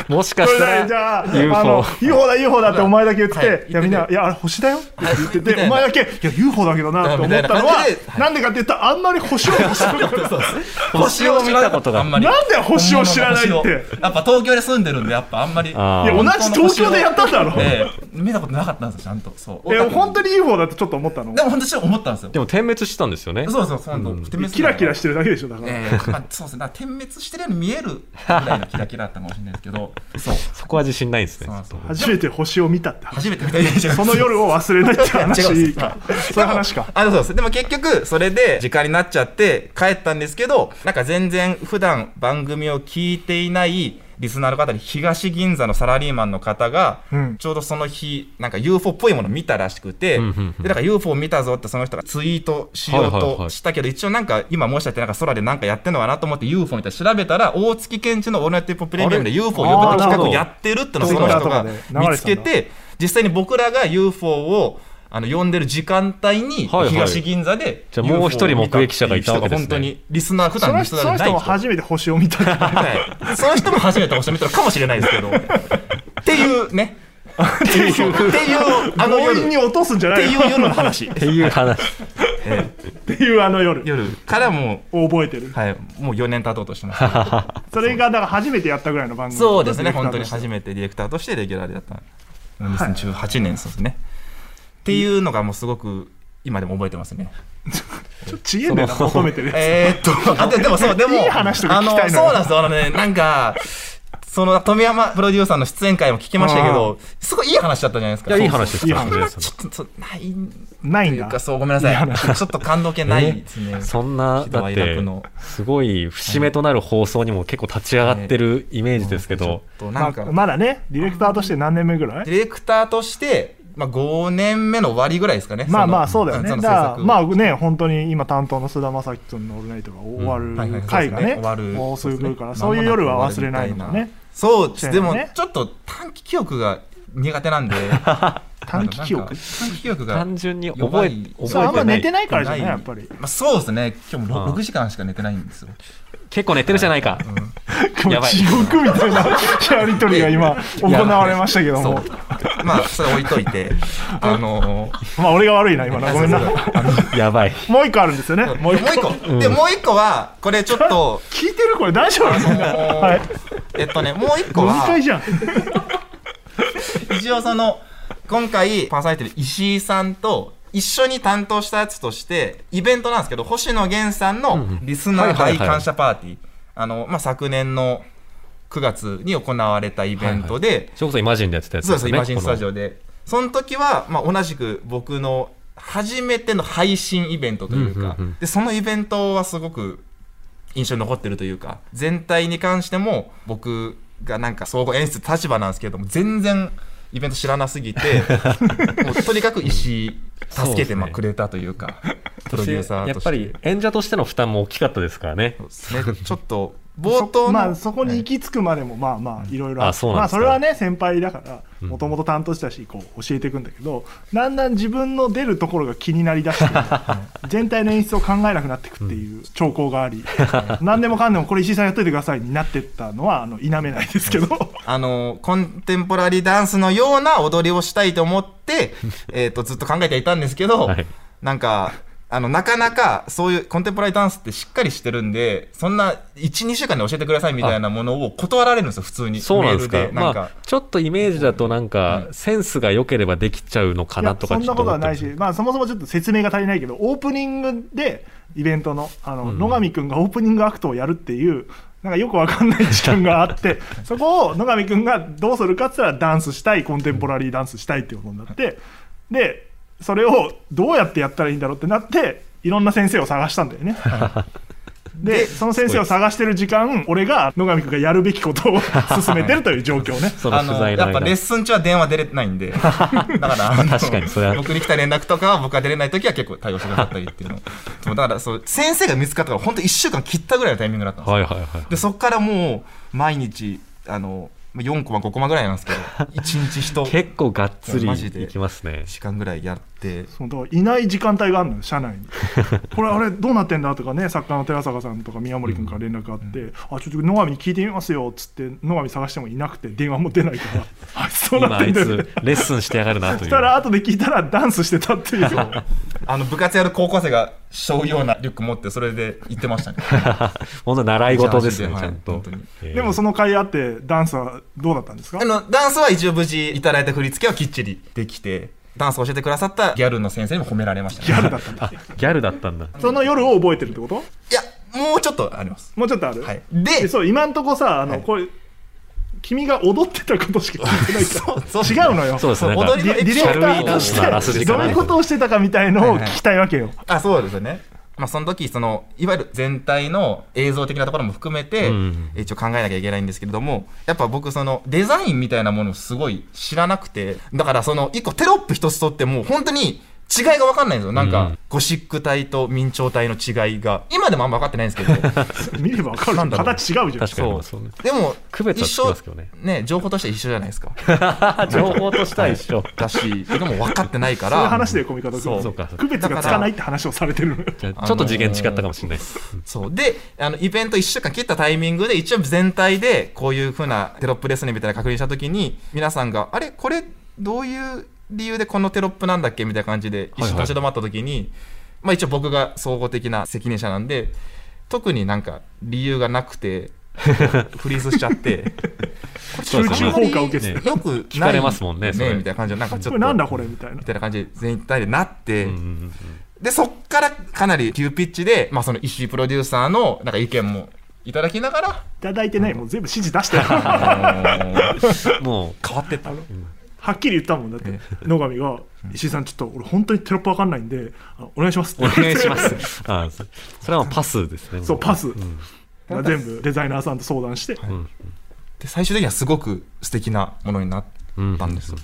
C: もしか
B: そ
C: し
B: れ
C: た
B: だじゃ
C: ら、
B: あ、
C: UFO
B: あの、UFO だ、UFO だってお前だけ言って、
D: はい言って
B: い、や、みんな、いや、あれ星だよって言ってて、
D: はい
B: お前だけ、いや、UFO だけどなと思ったのは
D: みたいな感じ、で
B: なんでかって言ったら、あんまり星を知
D: (laughs)
B: らなくて、
C: 星を見たことが
D: あんまり。
B: なんで星を知らないって。
D: やっぱ東京で住んでるんで、やっぱあんまり。い
C: あー
B: いや、同じ東京でやったん
D: (laughs)
B: だろ。
D: ええ見たことなかったんですよ、ちゃんと。そう。
B: え、本当に UFO だってちょっと思ったの
D: でも本当に思ったんですよ
C: で。も点滅してたんですよね。
D: そうそう、そう本当。
B: キラキラしててるだけでしょ、だから。
D: ええまあ、そうですね、だから点滅してるように見えるぐらいのキラキラだったかもしれないですけど、そう、
C: そこは自信ないんですね
D: そう。なんですよ
B: 初めて星を見たって話。
D: 初めて見たいや違う
B: その夜を忘れないって話。
D: 違
B: そうう
D: 違
B: いうう話か。
D: あそうですでも結局それで時間になっちゃって帰ったんですけどなんか全然普段番組を聞いていないリスナーの方に東銀座のサラリーマンの方が、
B: うん
D: ちょうどその日なんか UFO っぽいもの見たらしくて、
C: んうんうん
D: でなんか UFO 見たぞってその人がツイートしよう
C: はいはいは
D: と
C: い
D: したけど、一応なんか今申し上げてなんか空でなんかやってんのかなと思って UFO みたいに調べたら大月健一の「オールナイトニッポンプレミアム」で
C: あれ
D: UFO を呼ぶ
C: あーなる
D: 企
C: ほ
D: 画
C: ど
D: やってるってのをその人が
B: Twitter とかで
D: 見つけ
B: 流れてたん
D: て
B: だ
D: で実際に僕らが UFO をあの呼んでる時間帯に
C: はいはい
D: 東銀座で
C: じゃあもう一人目撃者がいたわけですね
D: 本当にリスナー普
B: そ
D: 段
B: の
D: リス
B: 人
D: ナー
B: そ
D: じ
B: の人
D: ゃない
B: も
D: 人
B: 初めて星を見たって話。
D: はい、その人も初めておっしゃるかもしれないですけどっていうねっていうっていう (laughs) あの
B: 強
D: 夜っ
B: 引に落とすんじゃな
D: て
B: い
D: いう
B: よ
D: 夜の話
C: っていう話。
B: っていうあの夜。
D: 夜からも
B: を覚えてる
D: う。はいもう4年経とうとしてます
B: それがだから初めてやったぐらいの番組
D: そうですね本当に
B: 初め
D: 初めてディレクターとしてレギュラーでやった2018年そうですね、っていうのがもうすごく今でも覚えてますね
B: ちょっとちげえんだよな、求めてるやつ。
D: えーっと、あででもそう、でも、
B: いい話とか
D: あ
B: 聞
D: の
B: きたいのよ
D: そうなんですよ、あのね、なんか、その富山プロデューサーの出演会も聞きましたけど、すごいいい話だったじゃないです
C: い
D: か。
C: や、いい話です
B: いい
C: よ、
B: 話
C: それ
D: ちょっと、そうない
B: (laughs) ない
D: と
B: ん
D: いう
B: だ
D: か、。そう、ごめんなさい。
B: いい話
D: ちょっと感動系ないですね。
C: そんな、
D: 喜怒
C: だっ
D: 哀
C: て
D: 楽の、
C: すごい節目となる放送にも結構立ち上がってるイメージですけど、
D: ちょっとな
B: ま
D: んか、
B: あまだね、ディレクターとして何年目ぐらい
D: ディレクターとして、まあ、5年目の終わりぐらいですかね。
B: まあ
D: の
B: まあそうだよね。だ
D: その
B: か
D: 制
B: ら
D: 作を
B: まあね、本当に今担当の菅田将暉君のオールナイトが終わ
D: はいは
B: る回
D: いそうですね
B: がね、
D: 終わる
B: もうすぐ来るから、そういう夜は忘れないのもね。
D: そうです、でも
B: そうやね
D: ちょっと短期記憶が苦手なんで
B: 短期記憶。
D: 短期記憶が、
C: 単純に覚え、
D: 弱い
B: そう、
C: 覚
B: あんま寝
C: えて
B: て
C: な
B: な
C: い。
B: いからじゃない、やっぱり。
D: まあ、そうですね今日
C: うん
D: も 6, 時間しか寝てないんですよ
C: 結構寝てるじゃないか。やばい
B: 地獄みたいなやりとりが
D: (laughs)
B: 今、行われましたけど
D: そう
B: も。
D: まあそれ置いと
B: (laughs)
D: いてあの
B: まあ俺が悪いな、今の。ごめんな。
C: やばい。
B: もう一個あるんですよね。
D: も
B: も
D: う
B: う
D: 一
B: 一個。
D: 個、でもう一個はこれちょっと
B: 聞いてるこれ大丈夫
D: あのー
B: はい。
D: えっとねもう一個
B: 飲み
D: は
B: 会じゃん。
D: 一応その今回パーソナリティの石井さんと一緒に担当したやつとしてイベントなんですけど星野源さんのリスナー大感謝パーティーあのまあ昨年の9月に行われたイベントで、
C: それこそイマジンでやってたやつ
D: そ
C: で
D: うです
C: すね。
D: イマジンスタジ
C: オ。
D: オでその時は、まあ、同じく僕の初めての配信イベントというか、
C: うんうんうん
D: でそのイベントはすごく印象に残ってるというか全体に関しても僕がなんか総合演出立場なんですけれども全然イベント知らな
C: (laughs)
D: すぎてもうとにかく石井
C: そうですね
D: 助けてまあくれたというか、プロデューサー
C: や
D: と
C: っ
D: して
C: ぱり演者としての負担も大きかったですからね。
D: そうですねちょっと冒頭の、
B: まあそこに行き着くまでもまあまあいろいろあ
C: あ
B: って
C: そうな
B: まあ
C: んですか
B: それはね先輩だから
C: ん
B: もともと担当してたしこう教えていくんだけどだんだん自分の出るところが気になりだ
C: (laughs)
B: して全体の演出を考えなくなっていくっていう兆候があり何でもかんでもこれ石井さんやっといてくださいになってったのはあの否めないですけど
D: あの、コンテンポラリーダンスのような踊りをしたいと思って、 (laughs) えっと、ずっと考えてはいたんですけど、
C: はい
D: なんか、あの、なかなか、そういうコンテンポラリーダンスってしっかりしてるんで、そんな、1、2週間で教えてくださいみたいなものを断られるんですよ、普通に。
C: そうなんです
D: メー
C: か。
D: ルで。
C: ま
D: なんか、
C: あ、ちょっとイメージだとなんか、センスが良ければできちゃうのか
B: いや
C: なと
B: そ
C: か
B: ん
C: ちょ
B: な
C: っと
B: ことは
C: 思って
B: な
C: ま
B: い
C: す
B: しまあそもそもちょっと説明が足りないけどオープニングでイベントのあの
C: ん
B: 野上くんがオープニングアクトをやるっていうなんかよくわかんない時間があって
C: (laughs)
B: そこを野上くんがどうするかっつったらダンスしたいコンテンポラリーダンスしたいっていうことになってでそれをどうやってやったらいいんだろうってなっていろんな先生を探したんだよ
C: (laughs)
B: ね。でその先生を探してる時間俺が野上くんがやるべきことを (laughs) 進めてるという状況ね。
C: その
D: あ
C: 取
D: の
C: 材の
D: やっぱレッ
C: 間。
D: スン中は電話出れてない
C: (laughs)
D: んで、だから、あの
C: 確かにそれは
D: 僕に来た連絡とかは僕が出れない時は結構対応してなかったりっていうの。でもだから、そう、先生が見つかったから、本当1週間切ったぐらいのタイミングだったんですよ
C: はいはいはい。
D: でそこからもう毎日あのまあ4コマ5コマぐらいなん
B: (laughs)
D: ですけど1日人
C: 結構がっつ
D: マジで
C: りいきますね。
D: 時間ぐらいやって
B: そのだからいない時間帯があるのよ社内に (laughs) これあれどうなってんだとかね作家の寺坂さんとか宮森君から連絡があって、あちょっと野上に聞いてみますよっつって野上探してもいなくて電話も出ないからあそう
C: 今
B: なっ
C: あ
B: て
C: い
B: んだよ
C: つ
B: ね、
C: レッスンしてやがるなと
B: そ
C: い
B: し
C: う。
B: たら後で聞いたらダンスしてたっていう
D: あの部活やる高校生がしょうようなリュック持ってそれで行ってま
B: (laughs)
D: したね
C: 本当習い事ですね、
D: はい
C: ちゃんと
D: 本当に。
C: え
B: (laughs)
C: ー
B: でもその会あってダンスはどうだったんですか
D: あのダンスは一応無事いただいた振り付けはきっちりできてダンスを教えてくださったギャルの先生にも褒められました、
B: ギ
D: ね、
B: ャルだったんだ
C: ギャルだったんだ。
B: その夜を覚えてるってこと
D: いやもうちょっとあります
B: もうちょっとある、
D: はい
B: で
D: で
B: そう今んとこさあの、
D: はい
B: これ君が踊ってたことしか聞いてないから
D: そうそう
B: 違うのよ
C: そうですね。
D: そう
C: なんか
D: 踊り
B: ディディレクターと
C: シャルウィーダンスのあらす
B: して
C: じ
B: ど
C: か
B: う
C: ない
B: いうことをしてたかみたいのを聞きたいわけよ。
D: あそうですよね。まあ、その時そのいわゆる全体の映像的なところも含めて、
C: うん
D: 一応考えなきゃいけないんですけれどもやっぱ僕そのデザインみたいなものをすごい知らなくてだからその一個テロップ一つとっても本当に違いが分かんないんですよなんか、
C: うん
D: ゴシック体と明朝体の違いが今でもあんま分かってないんですけ
C: (laughs)
D: ど
B: 見ればわかるじゃん
D: なんだろう
B: 形違うじゃん。
C: 確かにまあそうね。
D: でも
C: 区別はつきますけどね
D: 一緒ね情報としては一緒じゃないです
C: (laughs)
D: か
C: 情報としては一緒。
D: だしでも分かってないか
B: そういう
D: ら
B: 話でコミカド
C: そうそう
B: 君
C: かそうか
B: 区別がつかないって話をされてるのよ
C: じゃあちょっと次元違ったかもしれないです。
D: そう。で、あの、イベント1週間切ったタイミングで、一応全体で、こういう風なテロップですね、みたいな確認したときに、皆さんが、あれこれ、どういう理由でこのテロップなんだっけみたいな感じで、一
C: はい
D: 瞬
C: はい
D: 立ち止まったときに、まあ一応僕が総合的な責任者なんで、特になんか理由がなくて、フリーズしち
C: (laughs)
D: ゃって、
B: 集中効果を受けて
C: ね
B: る。
D: よく
C: 聞かれますもんねそ
D: ね
C: れ
D: みたいな感じで、なんかちょ
B: こ
D: っ
B: れ
D: と、
B: なんだこれみたいな
D: み。たいな感じで全体でなって、
C: うんうんうん
D: で、そっからかなり急ピッチで、まあその石井プロデューサーのなんか意見もいただきながら、
B: いただいてない、もう全部指示出したよ。
D: あ
B: は
D: の
C: (laughs)
D: ー
C: も
D: 変わってったの
B: っきり言ったもんだって、野上が、石井さん、ちょっと俺、本当にテロップわかんないんで、あお願いしますって
C: う、お願いしま。す。あそそれはもうパスですね。
B: (laughs) そう、パス。
C: ん
B: 全部デザイナーさんと相談して、
D: で、最終的にはすごく素敵なものになったんですよ。
C: う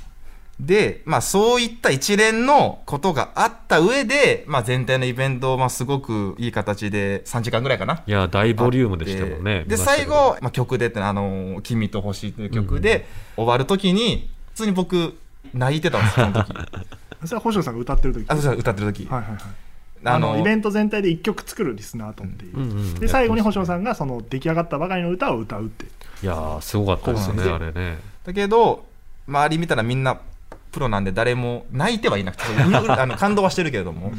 D: で、まあそういった一連のことがあった上で、まあ全体のイベントをまあすごくいい形で3時間ぐらいかない
C: や、大ボリュームでしたもんね。見ま
D: で、
C: した
D: 最
C: けど
D: 後、まあ、曲でって、あのー君と星という曲で、終わるときに、普通に僕、泣いてたんですよ、そ
C: (laughs)
D: の時。
B: それは星野さんが歌ってる時
D: あ、そうそう歌ってる時。
B: はいはいはい
D: あ
B: あ
D: の
B: のイベント全体で1曲作るリスナーとっていう、
C: うんうん
B: で最後に星野さんがその出来上がったばかりの歌を歌うって
C: いやー、すごかったですよね、
D: そう
C: あ
D: なん
C: れね。
D: だけど、周り見たらみんなプロなんで、誰も泣いてはいなく (laughs) て、うるうるあの感動はしてるけれども、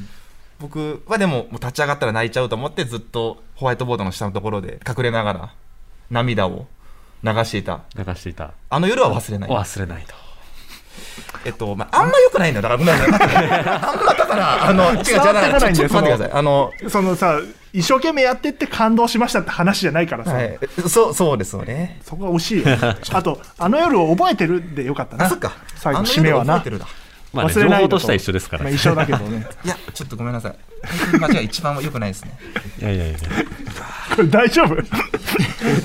D: 僕はでも、もう立ち上がったら泣いちゃうと思って、ずっとホワイトボードの下のところで隠れながら、涙を流していた。
C: 流していた。
D: あの夜は忘れない。
C: 忘れないと。
D: えっと、まあ、あんま良くないんだよ。だから、ごめんなさい。
B: (laughs)
D: あんまだから、あの、違う、じ
B: 伝わ
D: ゃ
B: ってこ
D: な
B: ない
D: い、
B: んだ
D: ちょ
B: よ
D: っと待ってください。あの、
B: そのさ一生懸命やってって感動しましたって話じゃないからさ、
D: はい、そう、そうですよね。
B: そこは惜しいよ
C: (laughs)
B: あと「あの夜を覚えてる」でよかったな
D: あ、そっか。
B: 最後
D: あの
B: 締めは
D: 夜覚え
B: な
D: てるだ。
C: まあね、
B: 忘
C: 情
B: れない
C: 報
B: の
C: としては一緒ですから。
B: まあ、
C: い
B: 一緒だけどね
D: いや、ちょっとごめんなさい。本当に間違い一番良くないですね。
C: やいやいや。
B: これ大丈
C: (laughs)
B: 夫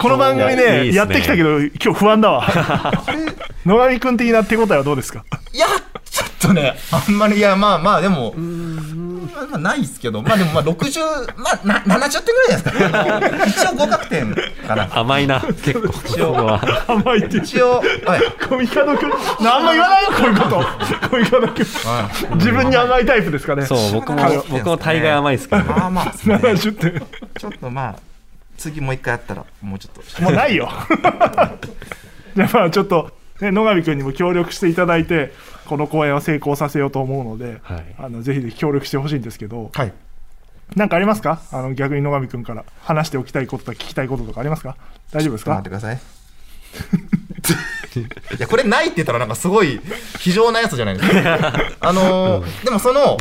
B: この番組
C: いやいい
B: ね
C: っすね
B: やってきたけど今日不安だ
C: (laughs)
B: わ野上君的な手応えはどうですか
D: いや、ちょっとね、あんまり、いや、まあまあ、でも、まあまあ、ないですけど、まあでも、まあ、60、まあ、な70点ぐらいじゃないですか。一応合格点かな。
C: 甘 (laughs) いな、結構。
D: 一
C: こ
D: 応
C: こは
B: 甘いって
D: 一応、はい。
B: コミカド君何も言わないよこういう
C: (laughs)
B: ことコミカド君
D: はい
B: 自分に甘いタイプですかね
C: そう、僕も
D: 彼は、
C: 僕も大概甘いですけどね。
D: まあまあ、そうですね
B: 70点
D: ちょっとまあ、次もう一回やったら、もうちょっと。
B: もうないよ (laughs) じゃあまあちょっと、ね、野上君にも協力していただいてこの公演を成功させようと思うので、
C: はい
B: あのぜひぜひ協力してほしいんですけど
D: はい。
B: 何かありますかあの逆に野上君から話しておきたいこととか聞きたいこととかありますか大丈夫です
D: ちょっ
B: か
D: と待ってください。 (laughs) いやこれないって言ったらなんかすごい非常なやつじゃないですか。 (laughs) あのーでもその、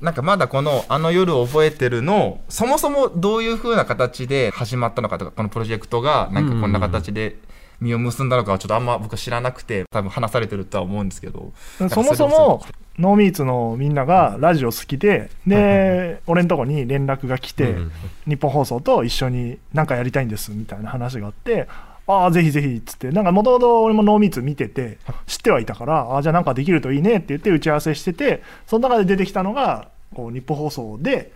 D: なんかまだこの「あの夜を覚えてるの」そもそもどういう風な形で始まったのかとかこのプロジェクトがなんかこんな形で実を結んだのかはちょっとあんま僕は知らなくて多分話されてるとは思うんですけどなんか
B: そも
D: れ
B: そ
D: をすご
B: もノーミーツのみんながラジオ好きでで俺んとこに連絡が来て
C: うん
B: 日本放送と一緒になんかやりたいんですみたいな話があって。ああぜひぜひっつってなんかもともと俺もノーミーツ見てて知ってはいたからああじゃあなんかできるといいねって言って打ち合わせしててその中で出てきたのがこう日本放送で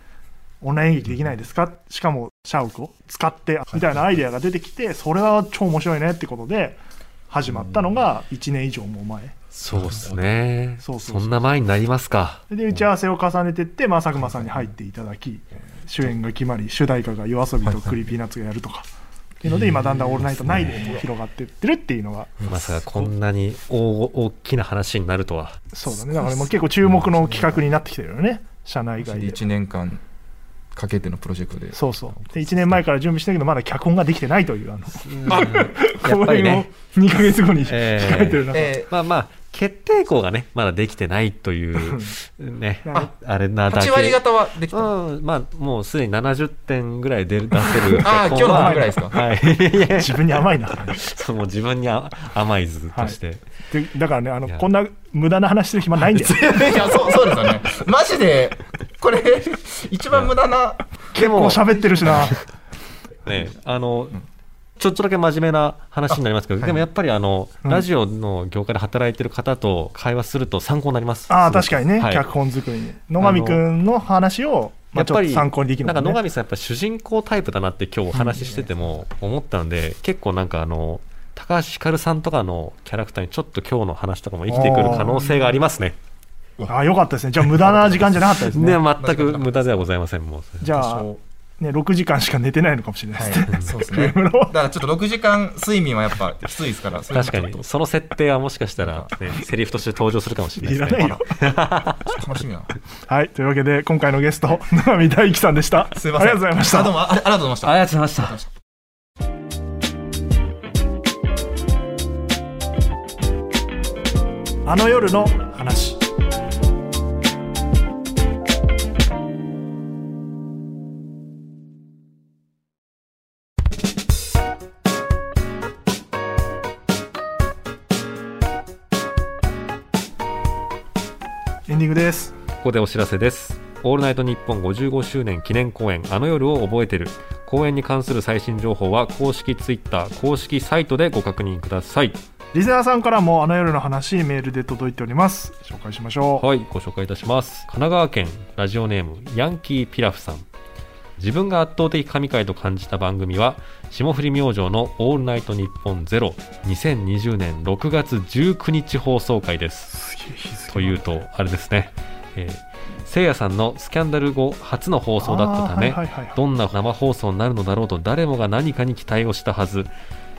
B: オンライン演劇できないですかしかも社屋を使ってみたいなアイデアが出てきてそれは超面白いねってことで始まったのが1年以上も前
C: そうですね。
B: そうそう
C: そ
B: そうん
C: な前になりますか。
B: で打ち合わせを重ねてって、まあ、佐久間さんに入っていただき主演が決まり主題歌が YOASOBI とクリーピーナッツがやるとかっていうので今だんだん「オールナイトない」でも広がってってるっていうのが
C: まさかこんなに大大きな話になるとは。
B: そうだねだからもう結構注目の企画になってきてるよね社内外
D: い
B: で
D: 1年間かけてのプロジェクトで
B: そうそうで1年前から準備してるけどまだ脚本ができてないというあの
C: やっ
B: 公
C: ぱり
B: 演を
C: ね
B: 2か月後に
C: えー
B: 控えてる中で
D: えー
C: まあまあ、決定校がね、まだできてないという、 (laughs) ね、
B: あ
C: ああれなだけ。
D: 8割方はできた
C: うん、まあ、もうすでに70点ぐらい出る出せる。
D: あー今日の分ぐらいですか
C: はい。いやいや
B: 自分に甘いな
C: そうもう自分にあ甘いずとして。
B: でだからねあの
C: いや
B: こんな無駄な話する暇ないんだよ
D: (laughs) いや、そう、そうですよね。マジで、これ、一番無駄な。
C: (laughs) で
B: もう
C: も、
B: 喋ってるしな
C: ね、あの、ちょっとだけ真面目な話になりますけど、でもやっぱりあの、
B: うん
C: ラジオの業界で働いてる方と会話すると参考になります。
B: ああ
C: すごく
B: 確かにね、
C: はい
B: 脚本作りに野上くんの話を、まあ、
C: やっ
B: ちょ
C: ぱ
B: っと
C: り
B: 参考にできる
C: な
B: の
C: ん
B: か
C: か
B: ね
C: 野上さんやっぱ主人公タイプだなって今日お話ししてても思ったんで、結構なんかあの高橋ひかるさんとかのキャラクターにちょっと今日の話とかも生きてくる可能性がありますね。
B: ああよかったですねじゃあ無駄な時間じゃなかったです
C: (laughs)
B: ね
C: ね全く無駄ではございませんもう。
B: じゃあ、ね、6時間しか寝てないのかもしれないですね、
D: はい、そうで
B: (laughs)
D: すね。だからちょっと6時間睡眠はやっぱきついですから、そういうの
C: 確
D: ち
C: か
D: ょっ
C: にその設定はもしかしたら、ね、セリフとして登場するかもしれない
B: い
C: で
B: ら
C: すね。
B: ないよ
D: と楽しみだな。
B: はいというわけで今回のゲスト野上大樹さんでした
D: すいません。
B: ありがとうございました
D: あどうもあ、ありがとうございました。
C: ありがとうございました。
B: あの夜の話エンディングです
C: ここでお知らせです。オールナイトニッポン55周年記念公演、あの夜を覚えてる。公演に関する最新情報は公式ツイッター、公式サイトでご確認ください。
B: リスナーさんからもあの夜の話メールで届いております紹介しましょう
C: はい、ご紹介いたします。神奈川県ラジオネームヤンキーピラフさん。自分が圧倒的神回と感じた番組は霜降り明星の「オールナイトニッポンゼロ2020年6月19日放送回です。
B: すげえ日付
C: というとあれですね、えー、せいやさんのスキャンダル後初の放送だったため、
B: あーはいはいはいはい
C: どんな生放送になるのだろうと誰もが何かに期待をしたはず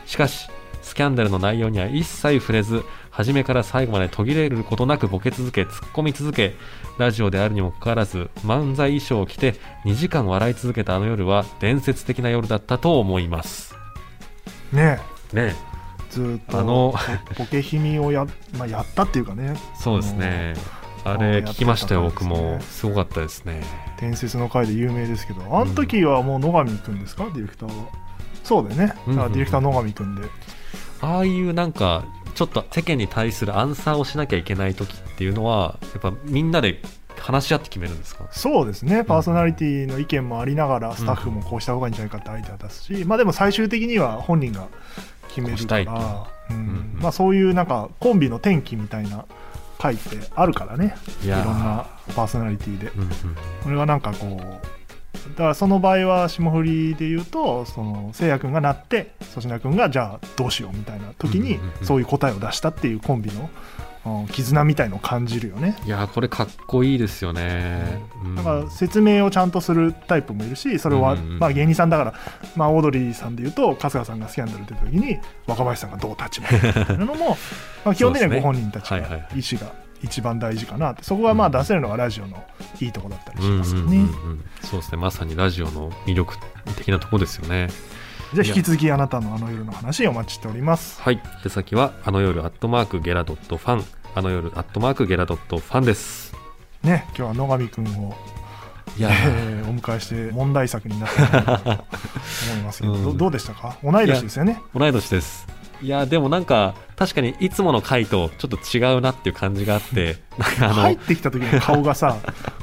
C: しかしスキャンダルの内容には一切触れず初めから最後まで途切れることなくボケ続け突っ込み続けラジオであるにもかかわらず漫才衣装を着て2時間笑い続けたあの夜は伝説的な夜だったと思います
B: ねえ
C: ね
B: ずーっと
C: あの
B: ポケヒミをや,、まあ、やったっていうかね
C: そうですね
B: あ
C: あ
B: のー
C: れ聞きましたよ
B: やってた
C: 僕
B: んですね
C: もすごかったですね
B: 伝説の回で有名ですけどあの時はもう野上くんですか、ディレクターはそうだよね、
C: うんうんうん
B: あディレクター野上くんで
C: ああいうなんかちょっと世間に対するアンサーをしなきゃいけない時っていうのはやっぱみんなで話し合って決めるんですか
B: そうですねパーソナリティの意見もありながらスタッフもこうした方がいいんじゃないかってアイデア出すし、まあでも最終的には本人が決め
C: こう
B: る
C: した
B: か
C: いと
B: ら、うん
C: んうん
B: まあ、そういうなんかコンビの転機みたいな回ってあるからね
C: い
B: いろ
C: やー
B: んなパーソナリティで
C: うんうん
B: これはなんかこうだからその場合は霜降りで言うとそのせいやくんがなって粗品くんがじゃあどうしようみたいな時に
C: うんうんうん
B: そういう答えを出したっていうコンビの、うん絆みたいのを感じるよね
C: いやーこれかっこいいですよね、うん
B: だから説明をちゃんとするタイプもいるしそれは
C: うんうんうん
B: まあ芸人さんだから、まあ、オードリーさんで言うと春日さんがスキャンダル出た時に若林さんがどう立ち回るみたいなの
C: (laughs)
B: もまあ基本的にはご本人たちが
C: そうですねはいはいはい
B: 意思が一番大事かなってそこはまあ出せるのがラジオのいいとこだったり
C: う
B: し
C: んうん
B: ますよ
C: うん
B: ね。
C: うんそうですねまさにラジオの魅力的なとこですよね
B: じゃあ引き続きあなたのあの夜の話お待ちしております。
C: はい手先はあの夜アットマークゲラドットファンあの夜アットマークゲラドットファンです
B: ね、今日は野上くんを、
C: いや
B: え
C: ー
B: ーお迎えして問題作になったかなと思いますけど、
C: うん
B: どどうでしたか同い年ですよね。
C: 同い年ですいやーでもなんか確かにいつもの回とちょっと違うなっていう感じがあってなんかあの
B: 入ってきた時の顔がさ、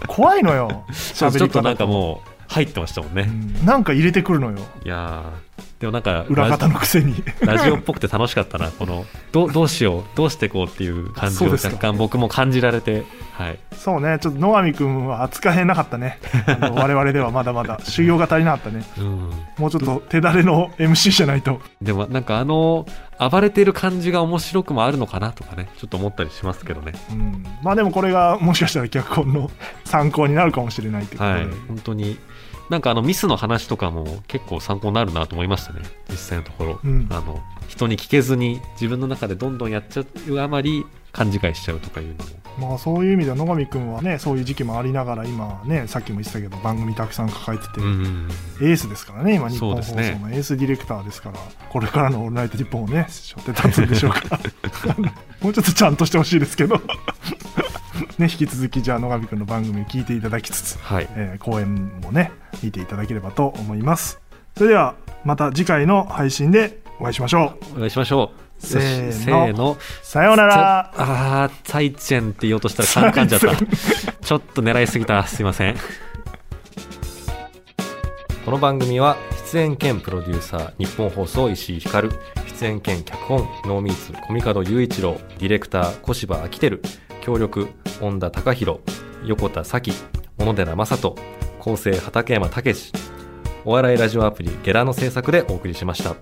B: 怖いの
C: (laughs)
B: よ。
C: ちょ
B: 喋
C: っ
B: り
C: となん
B: 方
C: か
B: と
C: もう入ってましたもんね、
B: うんなんか入れてくるのよ。
C: いやーでもなんか
B: 裏
C: ラ
B: 方のくせに。
C: ジラジオっぽくて楽しかったなこのどうどうしようどうしてこうっていう感じ
B: そう
C: を
B: です
C: 若
B: か
C: 干僕も感じられて、はい、
B: (laughs) そうね、ちょっと野上くんは扱えなかったね。あの我々ではまだまだ修行が足りなかったね。
C: うん、
B: もうちょっと手だれの MC じゃないと。
C: でもなんかあの暴れてる感じが面白くもあるのかなとかねちょっと思ったりしますけどね、
B: うんまあでもこれがもしかしたら脚本の参考になるかもしれないということで、
C: はい、本当になんかあのミスの話とかも結構参考になるなと思いましたね実際のところ、
B: うん
C: あの人に聞けずに自分の中でどんどんやっちゃうあまり勘違いしちゃうとかいうのも
B: まあ、そういう意味では野上君はねそういう時期もありながら今ねさっきも言ってたけど番組たくさん抱えてて、
C: うん
B: エースですからね今日本
C: そう
B: 放
C: で
B: 送
C: す
B: のエ
C: ね
B: ースディレクターですからこれからの「オールナイトニッポン」をね背負って立つんでしょう
C: (laughs)
B: からもうちょっとちゃんとしてほしいですけどね引き続きじゃあ野上君の番組を聞いていただきつつ
C: はい
B: えー公演もね見ていただければと思いますそれではまた次回の配信でお会いしましょう
C: お願いしましょう。
B: せーの
C: よしせーの。
B: さようなら
C: ちょあー、サイチェンって言おうとしたらカンカンじゃった
B: サ
C: (laughs)
B: イ。
C: ちょっと狙いすぎた。すいません。この番組は出演兼プロデューサー日本放送石井光出演兼脚本ノーミーツコミカド雄一郎ディレクター小芝昭輝協力恩田隆弘横田咲小野寺正人構成畠山武史お笑いラジオアプリゲラの制作でお送りしました。